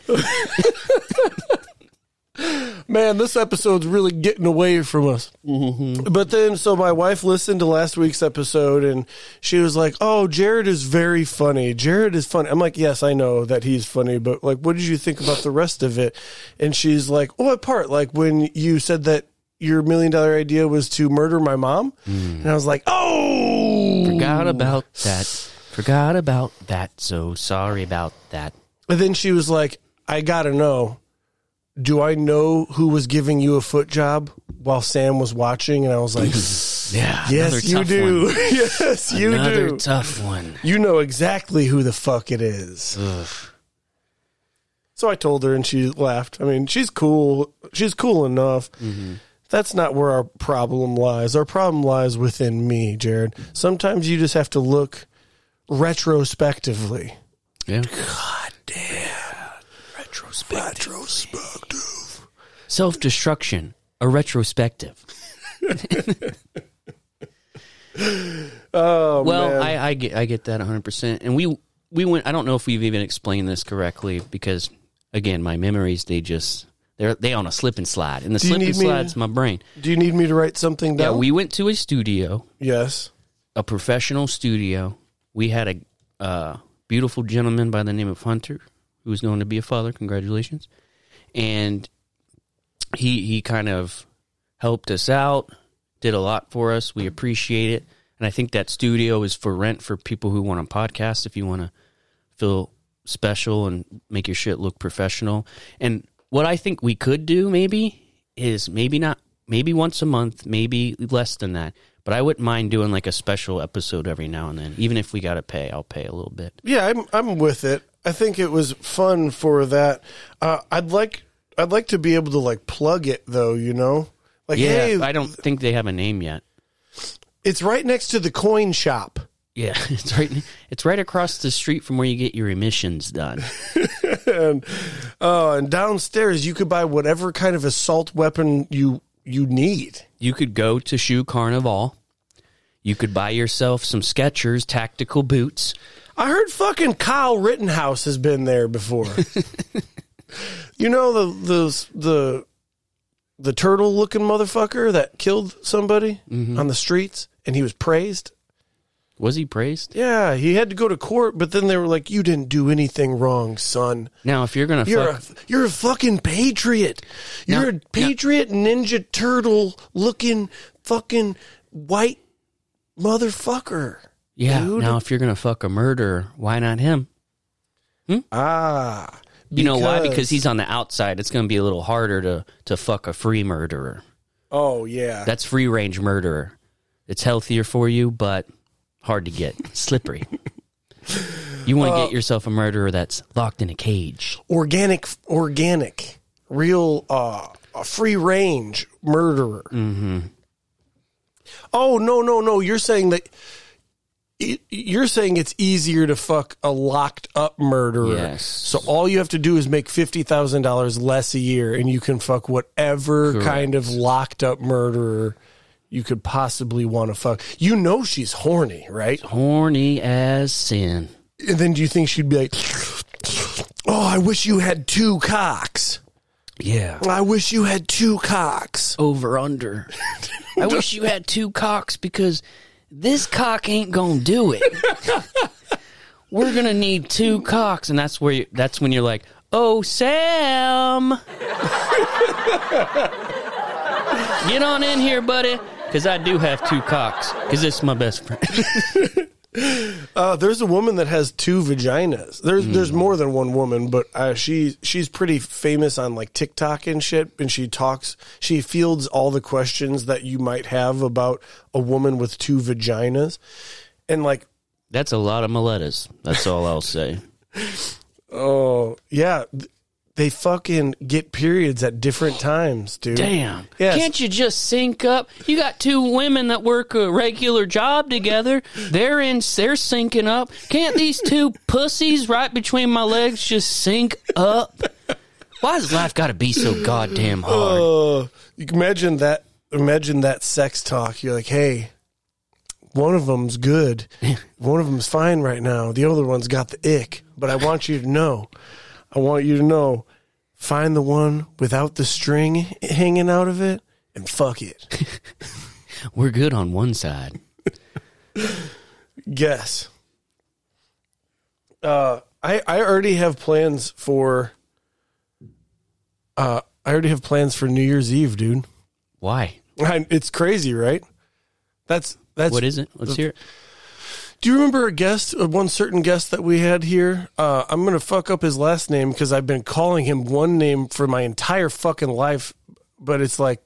[SPEAKER 2] Man, this episode's really getting away from us. But then, so my wife listened to last week's episode and she was like, Oh, Jared is very funny. Jared is funny. I'm like, Yes, I know that he's funny, but like, what did you think about the rest of it? And she's like, What part? Like, when you said that your million dollar idea was to murder my mom? And I was like, Oh!
[SPEAKER 1] Forgot about that. Forgot about that. So sorry about that.
[SPEAKER 2] And then she was like, I gotta know. Do I know who was giving you a foot job while Sam was watching? And I was like,
[SPEAKER 1] Yeah,
[SPEAKER 2] Yes, you do. yes, you
[SPEAKER 1] another
[SPEAKER 2] do.
[SPEAKER 1] tough one.
[SPEAKER 2] you know exactly who the fuck it is.
[SPEAKER 1] Ugh.
[SPEAKER 2] So I told her and she laughed. I mean, she's cool. She's cool enough.
[SPEAKER 1] Mm-hmm.
[SPEAKER 2] That's not where our problem lies. Our problem lies within me, Jared. Sometimes you just have to look retrospectively.
[SPEAKER 1] Yeah.
[SPEAKER 2] Retrospective.
[SPEAKER 1] Self destruction, a retrospective.
[SPEAKER 2] Oh,
[SPEAKER 1] Well,
[SPEAKER 2] man.
[SPEAKER 1] I, I get I get that 100. percent And we we went. I don't know if we've even explained this correctly because again, my memories they just they're they on a slip and slide, and the
[SPEAKER 2] you
[SPEAKER 1] slip and
[SPEAKER 2] need me to-
[SPEAKER 1] slide's my brain.
[SPEAKER 2] Do you need me to write something
[SPEAKER 1] Yeah,
[SPEAKER 2] down?
[SPEAKER 1] we went to a studio,
[SPEAKER 2] yes.
[SPEAKER 1] a professional studio. We had a uh, beautiful gentleman by the name of Hunter who was going to be a father. Congratulations, and he he kind of helped us out, did a lot for us. We appreciate it. And I think that studio is for rent for people who want a podcast if you want to feel special and make your shit look professional. And what I think we could do maybe is maybe not maybe once a month, maybe less than that. But I wouldn't mind doing like a special episode every now and then. Even if we got to pay, I'll pay a little bit.
[SPEAKER 2] Yeah, I'm I'm with it. I think it was fun for that. Uh, I'd like I'd like to be able to like plug it though, you know? Like
[SPEAKER 1] Yeah,
[SPEAKER 2] hey,
[SPEAKER 1] I don't think they have a name yet.
[SPEAKER 2] it's right next to the coin shop.
[SPEAKER 1] Yeah, it's right. It's right across the street from where you get your emissions done.
[SPEAKER 2] and uh, and downstairs you could buy whatever kind of assault weapon you you need.
[SPEAKER 1] You could go to Shoe Carnival. You could buy yourself some Skechers tactical boots.
[SPEAKER 2] I heard fucking Kyle Rittenhouse has been there before. you know the the the the turtle looking motherfucker that killed somebody on the streets and he was praised.
[SPEAKER 1] Was he praised?
[SPEAKER 2] Yeah, he had to go to court, but then they were like, "You didn't do anything wrong, son.
[SPEAKER 1] Now, if you're gonna
[SPEAKER 2] You're
[SPEAKER 1] fuck,
[SPEAKER 2] a you're a fucking patriot. You're
[SPEAKER 1] Now-
[SPEAKER 2] a patriot ninja turtle looking fucking white motherfucker."
[SPEAKER 1] yeah.
[SPEAKER 2] dude.
[SPEAKER 1] Now, if you're gonna fuck a murderer, why not him?
[SPEAKER 2] Ah,
[SPEAKER 1] You know why? Because he's on the outside. It's gonna be a little harder to to fuck a free murderer.
[SPEAKER 2] oh yeah.
[SPEAKER 1] That's free range murderer. It's healthier for you, but hard to get. Slippery. You want to get yourself a murderer that's locked in a cage.
[SPEAKER 2] organic organic real uh a free range murderer mm-hmm. oh no no no you're saying that y- you're saying it's easier to fuck a locked up murderer.
[SPEAKER 1] Yes.
[SPEAKER 2] So all you have to do is make fifty thousand dollars less a year, and you can fuck whatever kind of locked up murderer you could possibly want to fuck. You know she's horny, right?
[SPEAKER 1] Horny as sin.
[SPEAKER 2] And then do you think she'd be like, "Oh, I wish you had two cocks."
[SPEAKER 1] Yeah.
[SPEAKER 2] I wish you had two cocks.
[SPEAKER 1] Over under. I wish you had two cocks because this cock ain't gonna do it. We're gonna need two cocks, and that's where you, that's when you're like, oh Sam, get on in here, buddy, because I do have two cocks because this is my best friend.
[SPEAKER 2] Uh, there's a woman that has two vaginas. There's there's more than one woman, but uh, she she's pretty famous on like TikTok and shit. And she talks, she fields all the questions that you might have about a woman with two vaginas, and like,
[SPEAKER 1] That's a lot of maletas. That's all I'll say.
[SPEAKER 2] oh yeah, th- they fucking get periods at different times, dude.
[SPEAKER 1] Damn.
[SPEAKER 2] Yes.
[SPEAKER 1] Can't you just sync up? You got two women that work a regular job together. They're in they're syncing up. Can't these two pussies right between my legs just sync up? Why does life gotta be so goddamn hard?
[SPEAKER 2] Uh, you can imagine that. Imagine that sex talk. You're like, hey, one of them's good, one of them's fine right now. The other one's got the ick. But I want you to know, I want you to know, find the one without the string hanging out of it and fuck it.
[SPEAKER 1] We're good on one side.
[SPEAKER 2] Guess. Uh, I I already have plans for. Uh, I already have plans for New Year's Eve, dude.
[SPEAKER 1] Why?
[SPEAKER 2] I, it's crazy, right? That's that's
[SPEAKER 1] What is it? Let's hear it.
[SPEAKER 2] Do you remember a guest, uh, one certain guest that we had here? Uh, I'm going to fuck up his last name because I've been calling him one name for my entire fucking life, but it's like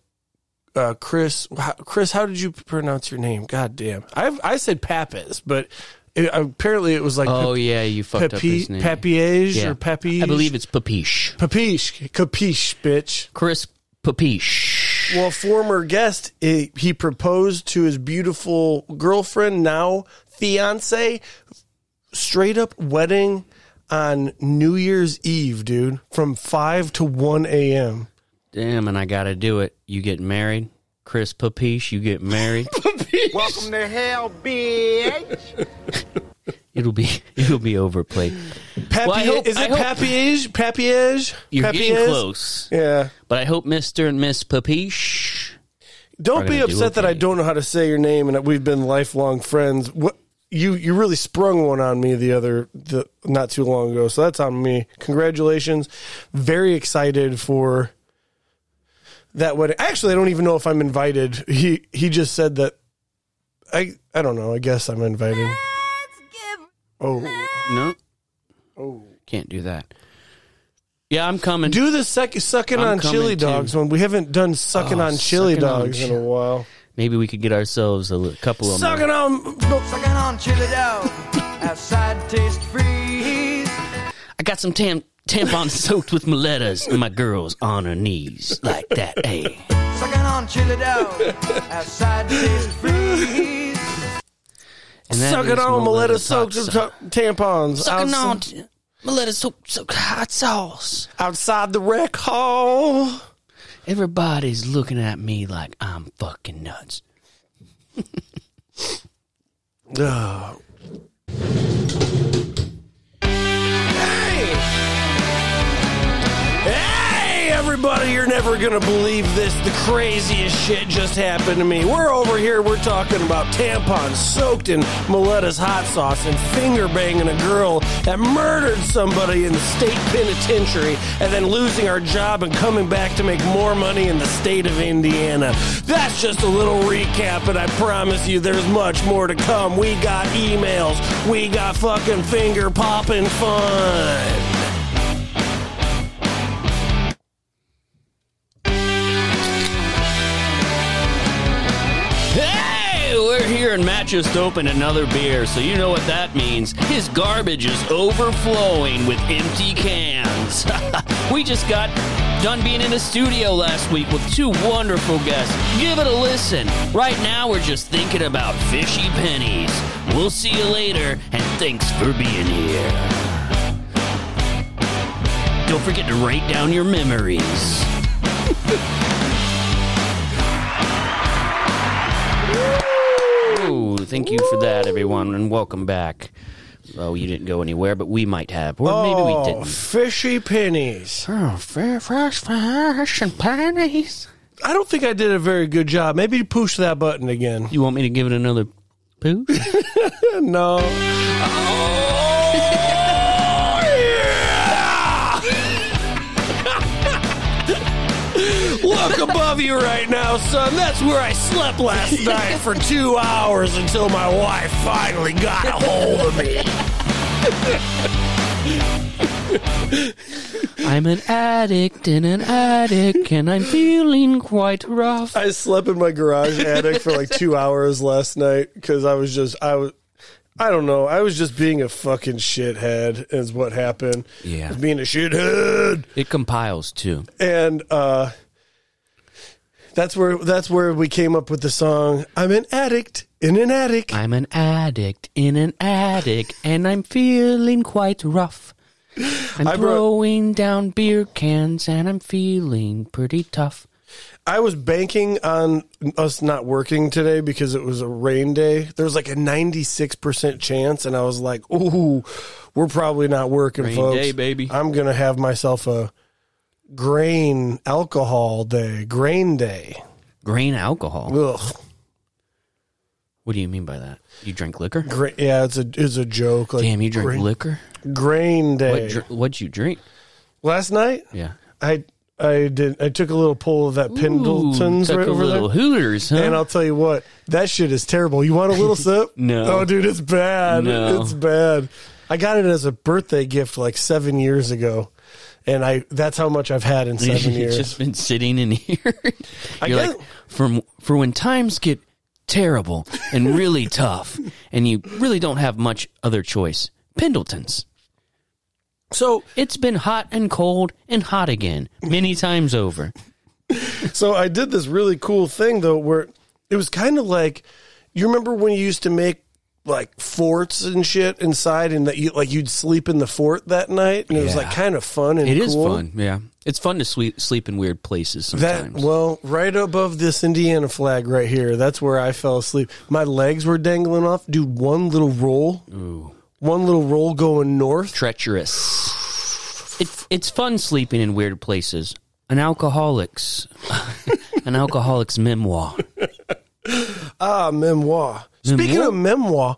[SPEAKER 2] uh, Chris. How, Chris, how did you pronounce your name? God damn. I've, I said Pappas, but it, apparently it was like
[SPEAKER 1] Oh yeah, you fucked up
[SPEAKER 2] Papi-
[SPEAKER 1] his name.
[SPEAKER 2] Papiege
[SPEAKER 1] Yeah.
[SPEAKER 2] or Papiche.
[SPEAKER 1] I believe it's Papiche.
[SPEAKER 2] Papiche. Capiche, bitch.
[SPEAKER 1] Chris Papiche.
[SPEAKER 2] Well, former guest, he, he proposed to his beautiful girlfriend, now fiance, straight up wedding on New Year's Eve, dude, from 5 to 1 a.m.
[SPEAKER 1] Damn, and I gotta do it. You get married. Chris Papiche, you get married.
[SPEAKER 4] Welcome to hell, bitch.
[SPEAKER 1] It'll be it'll be overplayed.
[SPEAKER 2] Papi-
[SPEAKER 1] I hope-
[SPEAKER 2] is
[SPEAKER 1] I
[SPEAKER 2] it
[SPEAKER 1] hope-
[SPEAKER 2] Papiege? Papiege?
[SPEAKER 1] You're getting
[SPEAKER 2] Papiege?
[SPEAKER 1] close,
[SPEAKER 2] Yeah.
[SPEAKER 1] but I hope Mister and Miss Papiche.
[SPEAKER 2] Don't
[SPEAKER 1] gonna
[SPEAKER 2] be
[SPEAKER 1] do
[SPEAKER 2] upset that I
[SPEAKER 1] okay.
[SPEAKER 2] don't know how to say your name and that we've been lifelong friends. What you you really sprung one on me the other the, not too long ago, so that's on me. Congratulations! Very excited for that wedding. Actually, I don't even know if I'm invited. He he just said that. I I don't know. I guess I'm invited. Oh,
[SPEAKER 1] No, oh, can't do that. Yeah, I'm coming.
[SPEAKER 2] do the sec- sucking
[SPEAKER 1] I'm
[SPEAKER 2] on
[SPEAKER 1] coming
[SPEAKER 2] chili
[SPEAKER 1] too.
[SPEAKER 2] dogs one. We haven't done sucking
[SPEAKER 1] Oh,
[SPEAKER 2] on chili
[SPEAKER 1] sucking on
[SPEAKER 2] dogs
[SPEAKER 1] chi- Oh,
[SPEAKER 2] in a while.
[SPEAKER 1] Maybe we could get ourselves a li- couple of them.
[SPEAKER 2] Sucking on
[SPEAKER 4] Sucking on chili dog. Outside taste freeze.
[SPEAKER 1] I got some tam- tampons soaked with meletas and my girls on her knees like that. Hey,
[SPEAKER 4] Sucking on chili dog. Outside taste freeze.
[SPEAKER 1] And that
[SPEAKER 2] Suck it
[SPEAKER 1] is
[SPEAKER 2] on, Miletta
[SPEAKER 1] Miletta
[SPEAKER 2] soaked
[SPEAKER 1] Tot
[SPEAKER 2] ta- tampons.
[SPEAKER 1] Sucking
[SPEAKER 2] outside-
[SPEAKER 1] on t- Miletta soaked soaked hot sauce.
[SPEAKER 2] outside the rec hall.
[SPEAKER 1] Everybody's looking at me like I'm fucking nuts.
[SPEAKER 2] Oh. Hey! Hey, everybody, you're never gonna believe this. The craziest shit just happened to me. We're over here, we're talking about tampons soaked in Miletta's hot sauce and finger banging a girl that murdered somebody in the state penitentiary and then losing our job and coming back to make more money in the state of Indiana. That's just a little recap, and I promise you there's much more to come. We got emails, we got fucking finger popping fun.
[SPEAKER 1] Hey, we're here and Matt just opened another beer, so you know what that means. His garbage is overflowing with empty cans. we just got done being in the studio last week with two wonderful guests. Give it a listen. Right now, we're just thinking about fishy pennies. We'll see you later, and thanks for being here. Don't forget to write down your memories. Ooh, thank you for that, everyone, and welcome back. Oh, you didn't go anywhere, but we might have, or maybe we
[SPEAKER 2] Oh,
[SPEAKER 1] didn't.
[SPEAKER 2] fishy pennies.
[SPEAKER 1] Oh, fair, fresh, fresh, and pennies.
[SPEAKER 2] I don't think I did a very good job. Maybe push that button again.
[SPEAKER 1] You want me to give it another poo?
[SPEAKER 2] No. Look above you right now, son. That's where I slept last night for two hours until my wife finally got a hold of me.
[SPEAKER 1] I'm an addict in an attic, and I'm feeling quite rough.
[SPEAKER 2] I slept in my garage attic for like two hours last night because I was just I was I don't know I was just being a fucking shithead is what happened.
[SPEAKER 1] Yeah.
[SPEAKER 2] I was being a shithead,
[SPEAKER 1] It compiles too.
[SPEAKER 2] and uh, that's where that's where we came up with the song. I'm an addict in an attic.
[SPEAKER 1] I'm an addict in an attic, and I'm feeling quite rough. I'm
[SPEAKER 2] I brought-
[SPEAKER 1] throwing down beer cans, and I'm feeling pretty tough.
[SPEAKER 2] I was banking on us not working today because it was a rain day. There was like a 96% chance, and I was like, ooh, we're probably not working,
[SPEAKER 1] Rain
[SPEAKER 2] folks.
[SPEAKER 1] day, baby.
[SPEAKER 2] I'm going to have myself a grain alcohol day, grain day.
[SPEAKER 1] Grain alcohol.
[SPEAKER 2] Ugh.
[SPEAKER 1] What do you mean by that? You drink liquor?
[SPEAKER 2] Gra- yeah, it's a, it's a joke. Like,
[SPEAKER 1] Damn, you drink
[SPEAKER 2] grain,
[SPEAKER 1] liquor?
[SPEAKER 2] grain day.
[SPEAKER 1] What dr- what'd you drink?
[SPEAKER 2] Last night,
[SPEAKER 1] Yeah.
[SPEAKER 2] I I did I took a little pull of that Pendleton's
[SPEAKER 1] Ooh, took
[SPEAKER 2] right
[SPEAKER 1] a
[SPEAKER 2] over there.
[SPEAKER 1] little Hooters, huh?
[SPEAKER 2] And I'll tell you what, that shit is terrible. You want a little sip?
[SPEAKER 1] No.
[SPEAKER 2] Oh, dude, it's bad.
[SPEAKER 1] No.
[SPEAKER 2] It's bad. I got it as a birthday gift like seven years ago. And I that's how much I've had in seven
[SPEAKER 1] It's
[SPEAKER 2] years.
[SPEAKER 1] just been sitting in here.
[SPEAKER 2] I
[SPEAKER 1] You're
[SPEAKER 2] guess-
[SPEAKER 1] like, from for when times get terrible and really tough, and you really don't have much other choice. Pendleton's.
[SPEAKER 2] so
[SPEAKER 1] It's been hot and cold and hot again many times over.
[SPEAKER 2] so I did this really cool thing though where it was kind of like you remember when you used to make like forts and shit inside and that you like you'd sleep in the fort that night and it was
[SPEAKER 1] Yeah.
[SPEAKER 2] like kind of fun and
[SPEAKER 1] It is
[SPEAKER 2] cool.
[SPEAKER 1] fun, yeah. It's fun to sleep sleep in weird places
[SPEAKER 2] That
[SPEAKER 1] sometimes.
[SPEAKER 2] well, right above this Indiana flag right here. That's where I fell asleep. My legs were dangling off. Dude, one little roll, one little roll going north.
[SPEAKER 1] treacherous. It, it's fun sleeping in weird places. An alcoholic's, an alcoholic's memoir.
[SPEAKER 2] Ah, memoir. Speaking
[SPEAKER 1] Memoir?
[SPEAKER 2] of memoir,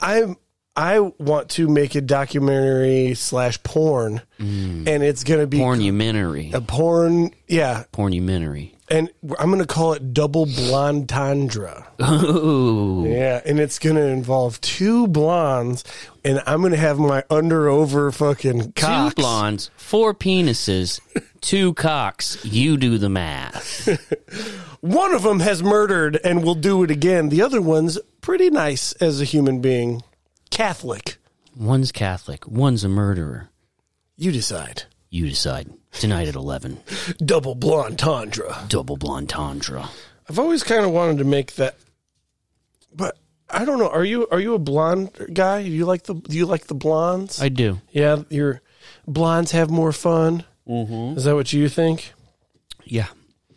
[SPEAKER 2] I I want to make a documentary slash porn,
[SPEAKER 1] Mm.
[SPEAKER 2] and it's gonna be
[SPEAKER 1] Pornumentary.
[SPEAKER 2] a porn. Yeah,
[SPEAKER 1] Pornumentary.
[SPEAKER 2] and I'm gonna call it double blonde tundra.
[SPEAKER 1] Ooh.
[SPEAKER 2] Yeah, and it's going to involve two blondes, and I'm going to have my under over fucking cocks.
[SPEAKER 1] Two blondes, four penises, two cocks. You do the math.
[SPEAKER 2] One of them has murdered and will do it again. The other one's pretty nice as a human being, Catholic.
[SPEAKER 1] One's Catholic, one's a murderer.
[SPEAKER 2] You decide.
[SPEAKER 1] You decide. Tonight at 11.
[SPEAKER 2] Double blonde tundra.
[SPEAKER 1] Double blonde tundra.
[SPEAKER 2] I've always kind of wanted to make that, but I don't know. Are you are you a blonde guy? Do you like the do you like the blondes?
[SPEAKER 1] I do.
[SPEAKER 2] yeah, your blondes have more fun. Mm-hmm. Is that what you think?
[SPEAKER 1] Yeah,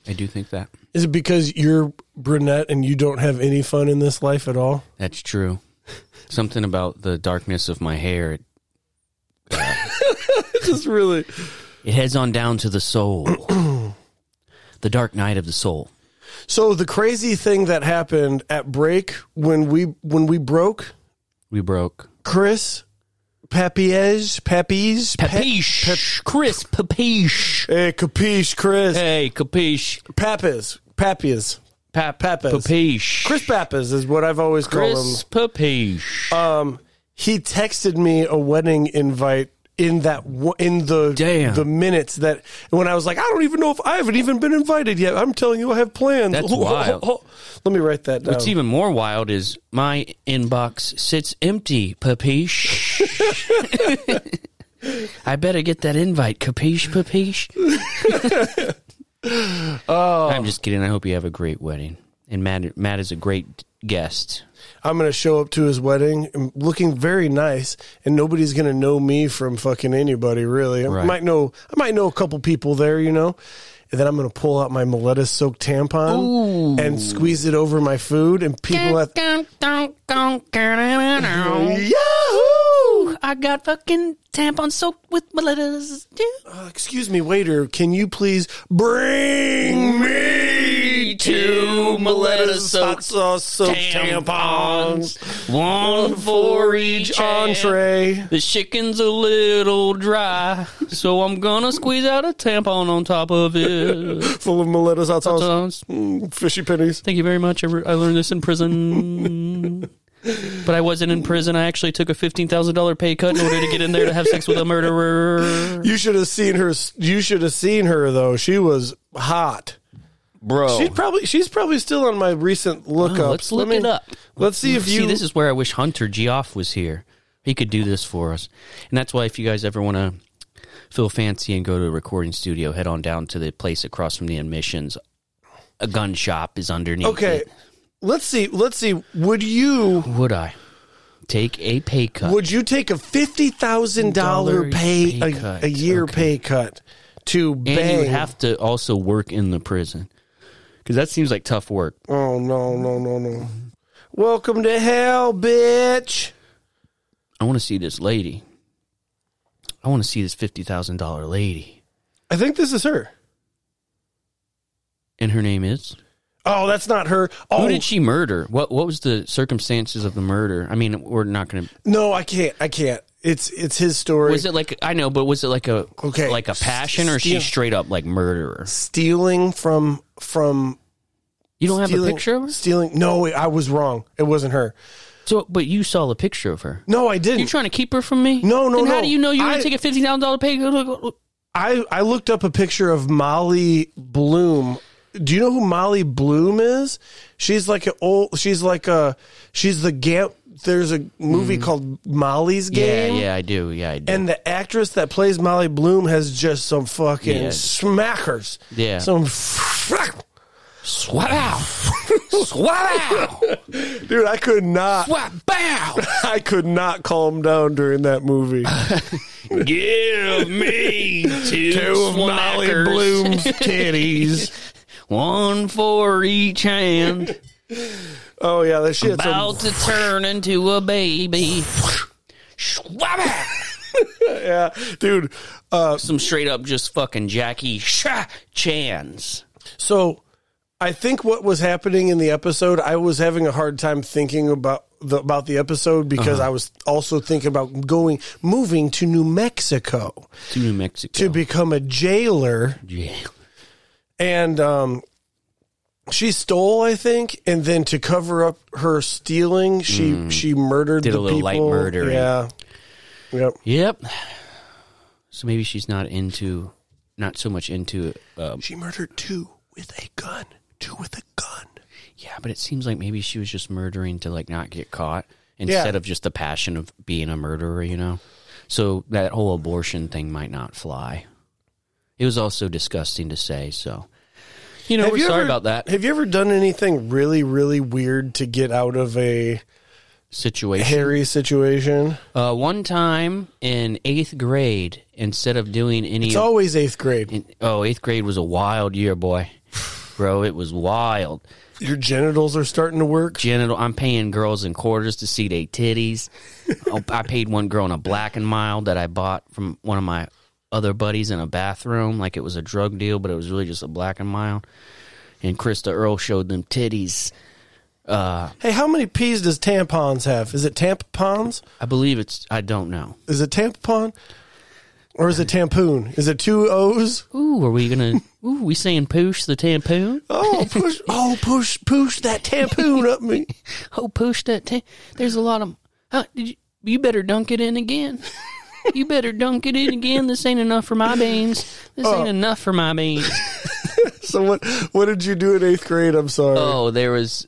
[SPEAKER 1] I do think that.
[SPEAKER 2] Is it because you're brunette and you don't have any fun in this life at all?
[SPEAKER 1] That's true. Something about the darkness of my hair. It,
[SPEAKER 2] Just really.
[SPEAKER 1] it heads on down to the soul. the dark night of the soul.
[SPEAKER 2] So the crazy thing that happened at break when we when we broke,
[SPEAKER 1] We broke.
[SPEAKER 2] Chris Papiege, Papiege,
[SPEAKER 1] Papiche. Chris Papiche.
[SPEAKER 2] hey, capiche, Chris
[SPEAKER 1] Hey, Capiche.
[SPEAKER 2] Pappas, Pappias,
[SPEAKER 1] Pap-
[SPEAKER 2] Pappas.
[SPEAKER 1] Papiche.
[SPEAKER 2] Chris Pappas is what I've always called him.
[SPEAKER 1] Chris Papiche.
[SPEAKER 2] um, he texted me a wedding invite in that wo- in the
[SPEAKER 1] Damn.
[SPEAKER 2] the minutes that when I was like, I don't even know if I haven't even been invited yet. I'm telling you, I have plans.
[SPEAKER 1] That's wild.
[SPEAKER 2] Let me write that down.
[SPEAKER 1] What's even more wild is my inbox sits empty, Papiche. I better get that invite, Capiche, Papiche. oh. I'm just kidding. I hope you have a great wedding. And Matt, Matt is a great guest.
[SPEAKER 2] I'm going to show up to his wedding and looking very nice, and nobody's going to know me from fucking anybody really. I
[SPEAKER 1] Right.
[SPEAKER 2] might know I might know a couple people there, you know. And then I'm going to pull out my Miletta soaked tampon and squeeze it over my food, and people at Yahoo!
[SPEAKER 1] I got fucking tampon soaked with my letters.
[SPEAKER 2] Uh, excuse me, waiter. Can you please bring me two Miletta's hot sauce soaked tampons,
[SPEAKER 1] One for each entree.
[SPEAKER 2] entree?
[SPEAKER 1] The chicken's a little dry, so I'm gonna squeeze out a tampon on top of it.
[SPEAKER 2] Full of Miletta's hot sauce, Mm,
[SPEAKER 1] Thank
[SPEAKER 2] fishy pennies.
[SPEAKER 1] you very much. I, re- I learned this in prison. But I wasn't in prison. I actually took a $15,000 pay cut in order to get in there to have sex with a murderer.
[SPEAKER 2] You should have seen her. You should have seen her though. She was hot.
[SPEAKER 1] Bro.
[SPEAKER 2] She probably. She's probably still on my recent lookups.
[SPEAKER 1] Oh, let's look
[SPEAKER 2] Let me-
[SPEAKER 1] it up.
[SPEAKER 2] Let's see if you.
[SPEAKER 1] See, this is where I wish Hunter Geoff was here. He could do this for us. And that's why if you guys ever want to feel fancy and go to a recording studio, head on down to the place across from the admissions. A gun shop is underneath.
[SPEAKER 2] okay.
[SPEAKER 1] it.
[SPEAKER 2] Let's see. Let's see. Would you?
[SPEAKER 1] Would I take a pay cut?
[SPEAKER 2] Would you take a fifty thousand dollar
[SPEAKER 1] Dollar
[SPEAKER 2] pay,
[SPEAKER 1] pay
[SPEAKER 2] a,
[SPEAKER 1] cut.
[SPEAKER 2] a year
[SPEAKER 1] Okay.
[SPEAKER 2] pay cut to
[SPEAKER 1] and you
[SPEAKER 2] bang?
[SPEAKER 1] would have to also work in the prison. Because that seems like tough work.
[SPEAKER 2] oh no no no no! Welcome to hell, bitch.
[SPEAKER 1] I want to see this lady. I want to see this $50,000 lady.
[SPEAKER 2] I think this is her.
[SPEAKER 1] And her name is?
[SPEAKER 2] Oh, that's not her. Oh
[SPEAKER 1] Who did she murder? What What was the circumstances of the murder? I mean, we're not going to.
[SPEAKER 2] no, I can't. I can't. It's it's his story.
[SPEAKER 1] Was it like I know, but was it like a
[SPEAKER 2] Okay.
[SPEAKER 1] like a passion, or is she
[SPEAKER 2] Steal-
[SPEAKER 1] straight up like murderer?
[SPEAKER 2] stealing from from
[SPEAKER 1] You don't have a
[SPEAKER 2] stealing-
[SPEAKER 1] picture of her,
[SPEAKER 2] Stealing? No, I was wrong. It wasn't her.
[SPEAKER 1] so but you saw the picture of her.
[SPEAKER 2] No, I didn't.
[SPEAKER 1] You're trying to keep her from me?
[SPEAKER 2] No, no,
[SPEAKER 1] Then
[SPEAKER 2] no.
[SPEAKER 1] How do you know you're
[SPEAKER 2] I-
[SPEAKER 1] gonna take a fifty thousand dollar pay?
[SPEAKER 2] I I looked up a picture of Molly Bloom. Do you know who Molly Bloom is? She's like an old. She's like a. She's the gam. There's a movie called Molly's
[SPEAKER 1] Mm-hmm. Yeah,
[SPEAKER 2] Game.
[SPEAKER 1] yeah, I do. Yeah, I do.
[SPEAKER 2] And the actress that plays Molly Bloom has just some fucking
[SPEAKER 1] Yeah.
[SPEAKER 2] smackers.
[SPEAKER 1] Yeah.
[SPEAKER 2] Some. f-
[SPEAKER 1] swat out, swat out,
[SPEAKER 2] Dude, I could not.
[SPEAKER 1] swat bow.
[SPEAKER 2] I could not calm down during that movie.
[SPEAKER 1] Give me two,
[SPEAKER 2] Two of Molly
[SPEAKER 1] smackers.
[SPEAKER 2] Bloom's titties.
[SPEAKER 1] one for each hand.
[SPEAKER 2] Oh yeah, that shit.
[SPEAKER 1] about to turn into a baby.
[SPEAKER 2] Yeah, dude.
[SPEAKER 1] Some straight up just fucking Jackie Sha Chans.
[SPEAKER 2] So I think what was happening in the episode, I was having a hard time thinking about the about the episode
[SPEAKER 1] Uh-huh.
[SPEAKER 2] because I was also thinking about going moving to New Mexico
[SPEAKER 1] To New Mexico.
[SPEAKER 2] to become a jailer
[SPEAKER 1] yeah.
[SPEAKER 2] and um she stole, I think, and then to cover up her stealing, she she murdered
[SPEAKER 1] Mm. Did a
[SPEAKER 2] the
[SPEAKER 1] little light
[SPEAKER 2] people.
[SPEAKER 1] murdering.
[SPEAKER 2] Yeah. Yep.
[SPEAKER 1] Yep. So maybe she's not into, not so much into, um,
[SPEAKER 2] She murdered two with a gun. Two with a gun.
[SPEAKER 1] yeah, but it seems like maybe she was just murdering to like not get caught instead of just the passion of being a murderer, you know? So that whole abortion thing might not fly. It was also disgusting to say, so. You know, we're sorry
[SPEAKER 2] ever,
[SPEAKER 1] about that.
[SPEAKER 2] Have you ever done anything really, really weird to get out of a
[SPEAKER 1] situation.
[SPEAKER 2] Harry situation.
[SPEAKER 1] Uh, one time in eighth grade, instead of doing any,
[SPEAKER 2] It's always eighth grade.
[SPEAKER 1] in- oh, eighth grade was a wild year, boy, bro. It was wild.
[SPEAKER 2] Your genitals are starting to work.
[SPEAKER 1] Genital. I'm paying girls in quarters to see their titties. Oh, I paid one girl in a black and mild that I bought from one of my other buddies in a bathroom, like it was a drug deal, but it was really just a black and mild. And Krista Earl showed them titties.
[SPEAKER 2] Hey, how many P's does tampons have? Is it tampons?
[SPEAKER 1] I believe it's. I don't know.
[SPEAKER 2] Is it tampon? Or is it tampoon? Is it two O's?
[SPEAKER 1] Ooh, are we gonna? ooh, we saying push the tampoon?
[SPEAKER 2] Oh, push! Oh, push! Push that tampoon up me.
[SPEAKER 1] Oh, push that ta- There's a lot of. Huh, did you, you better dunk it in again. you better dunk it in again. This ain't enough for my beans. This ain't enough for my beans.
[SPEAKER 2] So what? What did you do in eighth grade? I'm sorry.
[SPEAKER 1] Oh, there was.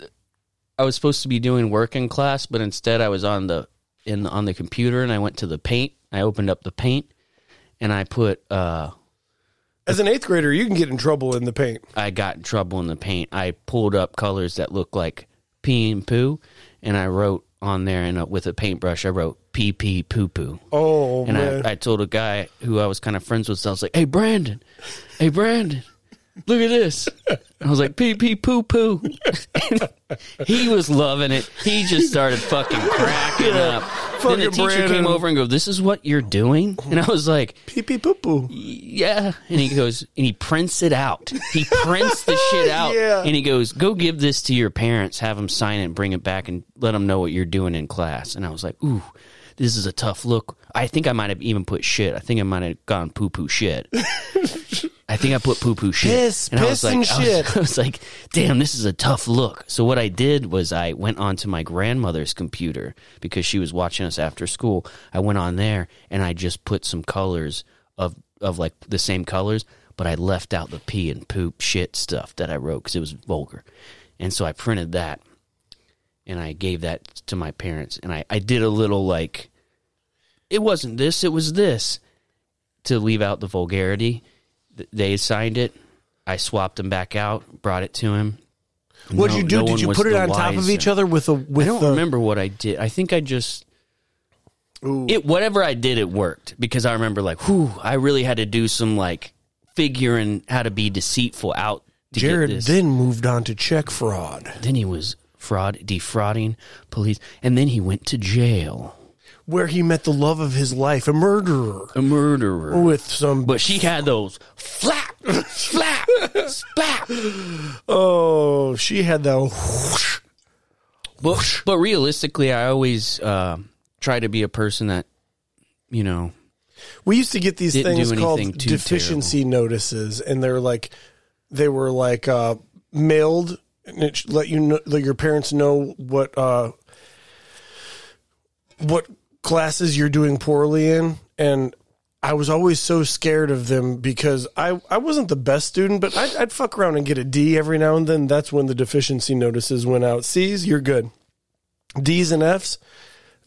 [SPEAKER 1] I was supposed to be doing work in class, but instead I was on the in on the computer and I went to the paint. I opened up the paint and I put. uh
[SPEAKER 2] As an eighth grader, you can get in trouble in the paint.
[SPEAKER 1] I got in trouble in the paint. I pulled up colors that looked like pee and poo, and I wrote on there and uh, with a paintbrush, I wrote pee pee poo poo.
[SPEAKER 2] Oh
[SPEAKER 1] and
[SPEAKER 2] man!
[SPEAKER 1] I, I told a guy who I was kind of friends with, I was like, "Hey Brandon, hey Brandon, look at this." I was like, "Pee pee poo poo." he was loving it. He just started fucking cracking up. then the
[SPEAKER 2] Fucking
[SPEAKER 1] teacher
[SPEAKER 2] Brandon.
[SPEAKER 1] came over and go, "This is what you're doing," and I was like,
[SPEAKER 2] Pee pee poo poo.
[SPEAKER 1] yeah. And he goes, and he prints it out. He prints the shit out.
[SPEAKER 2] Yeah.
[SPEAKER 1] And he goes, go give this to your parents, have them sign it, bring it back, and let them know what you're doing in class. And I was like, ooh, this is a tough look. I think I might have even put shit. I think I might have gone poo poo shit. I think I put poo poo shit.
[SPEAKER 2] Piss,
[SPEAKER 1] and I was
[SPEAKER 2] piss
[SPEAKER 1] like,
[SPEAKER 2] and
[SPEAKER 1] I was-
[SPEAKER 2] shit.
[SPEAKER 1] I was like, damn, this is a tough look. So what I did was I went onto my grandmother's computer because she was watching us after school. I went on there and I just put some colors of of like the same colors, but I left out the pee and poop shit stuff that I wrote because it was vulgar. And so I printed that and I gave that to my parents and I, I did a little like it wasn't this, it was this to leave out the vulgarity. Th- They signed it. I swapped them back out, brought it to him.
[SPEAKER 2] What'd
[SPEAKER 1] No-
[SPEAKER 2] you do?
[SPEAKER 1] no one
[SPEAKER 2] Did you
[SPEAKER 1] was
[SPEAKER 2] put it
[SPEAKER 1] the
[SPEAKER 2] on top of
[SPEAKER 1] wiser.
[SPEAKER 2] each other with a
[SPEAKER 1] I
[SPEAKER 2] with
[SPEAKER 1] don't
[SPEAKER 2] the,
[SPEAKER 1] remember what I did. I think I just
[SPEAKER 2] Ooh.
[SPEAKER 1] it whatever I did, it worked because I remember like, whew, I really had to do some like figuring how to be deceitful out. To
[SPEAKER 2] Jared
[SPEAKER 1] get this.
[SPEAKER 2] then moved on to check fraud.
[SPEAKER 1] then he was fraud defrauding police, and then he went to jail.
[SPEAKER 2] where he met the love of his life, a murderer
[SPEAKER 1] A murderer.
[SPEAKER 2] with some.
[SPEAKER 1] But she had those flap, flap, spap.
[SPEAKER 2] oh, she had that whoosh.
[SPEAKER 1] But, but realistically, I always uh, try to be a person that, you know,
[SPEAKER 2] We used to get these
[SPEAKER 1] Didn't do
[SPEAKER 2] things called
[SPEAKER 1] anything too
[SPEAKER 2] deficiency notices, and they're like, they were like uh, mailed, and it sh- let you know, let your parents know what uh, what classes you're doing poorly in, and I was always so scared of them because I I wasn't the best student, but I'd, I'd fuck around and get a D every now and then. That's when the deficiency notices went out. C's, you're good. D's and F's,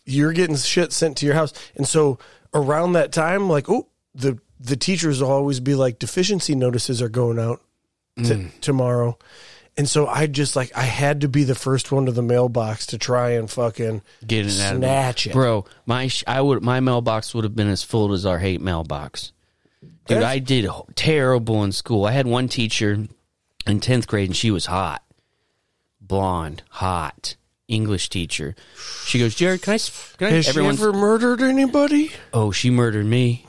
[SPEAKER 2] you're getting shit sent to your house. And so around that time, like, oh, the the teachers will always be like, deficiency notices are going out t-
[SPEAKER 1] Mm.
[SPEAKER 2] tomorrow. And so I just like I had to be the first one to the mailbox to try and fucking
[SPEAKER 1] get it out of
[SPEAKER 2] Snatch
[SPEAKER 1] the-
[SPEAKER 2] it.
[SPEAKER 1] bro. My sh- I would my mailbox would have been as full as our hate mailbox, dude.
[SPEAKER 2] That's-
[SPEAKER 1] I did h- terrible in school. I had one teacher in tenth grade, and she was hot, blonde, hot English teacher. She goes, Jared, can I? s- Can I?
[SPEAKER 2] Has
[SPEAKER 1] everyone's-
[SPEAKER 2] she ever murdered anybody?
[SPEAKER 1] oh, she murdered me.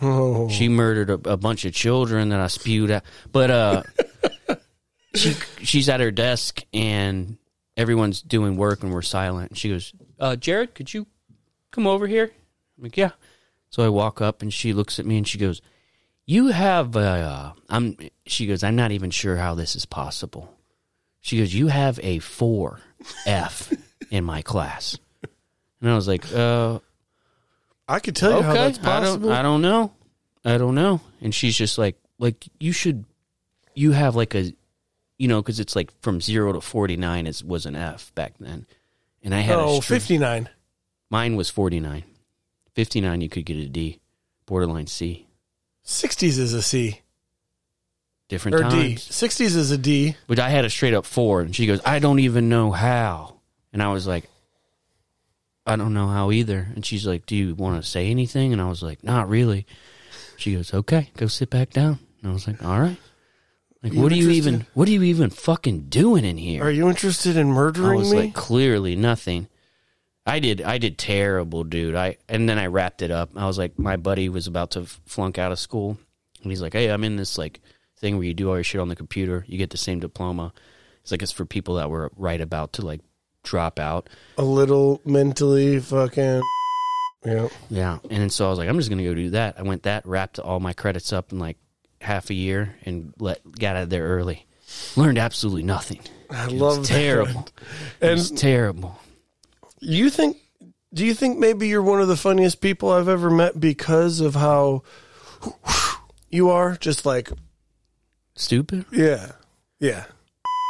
[SPEAKER 1] She murdered a, a bunch of children that I spewed out. But uh, she she's at her desk and everyone's doing work and we're silent. And she goes, uh, "Jared, could you come over here?" I'm like, "Yeah." So I walk up and she looks at me and she goes, "You have uh, I'm." She goes, "I'm not even sure how this is possible." She goes, "You have a four F in my class," and I was like, "Uh."
[SPEAKER 2] I could tell you how that's possible.
[SPEAKER 1] I don't, I don't know. I don't know. And she's just like, like you should, you have like a, you know, because it's like from zero to forty nine is was an F back then, and I had
[SPEAKER 2] oh,
[SPEAKER 1] a string.
[SPEAKER 2] 59.
[SPEAKER 1] Mine was forty nine. Fifty nine, you could get a D, borderline C.
[SPEAKER 2] 60s is a C
[SPEAKER 1] Different
[SPEAKER 2] or D.
[SPEAKER 1] times,
[SPEAKER 2] 60s is a D.
[SPEAKER 1] but I had a straight up four, and she goes, "I don't even know how," and I was like, I don't know how either. And she's like, Do you want to say anything? And I was like, Not really. She goes, Okay, go sit back down. And I was like, All right. Like,
[SPEAKER 2] You
[SPEAKER 1] what are you
[SPEAKER 2] interested?
[SPEAKER 1] even? What are you even fucking doing in here?
[SPEAKER 2] Are you interested in murdering
[SPEAKER 1] I was
[SPEAKER 2] me?
[SPEAKER 1] like, clearly nothing. I did, I did terrible, dude. I and then I wrapped it up. I was like, my buddy was about to f- flunk out of school, and he's like, hey, I'm in this like thing where you do all your shit on the computer. You get the same diploma. It's like it's for people that were right about to like drop out.
[SPEAKER 2] a little mentally fucking. Yeah.
[SPEAKER 1] Yeah, and then so I was like, I'm just gonna go do that. I went that, wrapped all my credits up in like half a year, and let got out of there early. Learned absolutely nothing.
[SPEAKER 2] I
[SPEAKER 1] It
[SPEAKER 2] love
[SPEAKER 1] was
[SPEAKER 2] that.
[SPEAKER 1] terrible. It was
[SPEAKER 2] And
[SPEAKER 1] terrible.
[SPEAKER 2] you think, do you think maybe you're one of the funniest people I've ever met because of how you are? Just like,
[SPEAKER 1] Stupid.
[SPEAKER 2] yeah, yeah,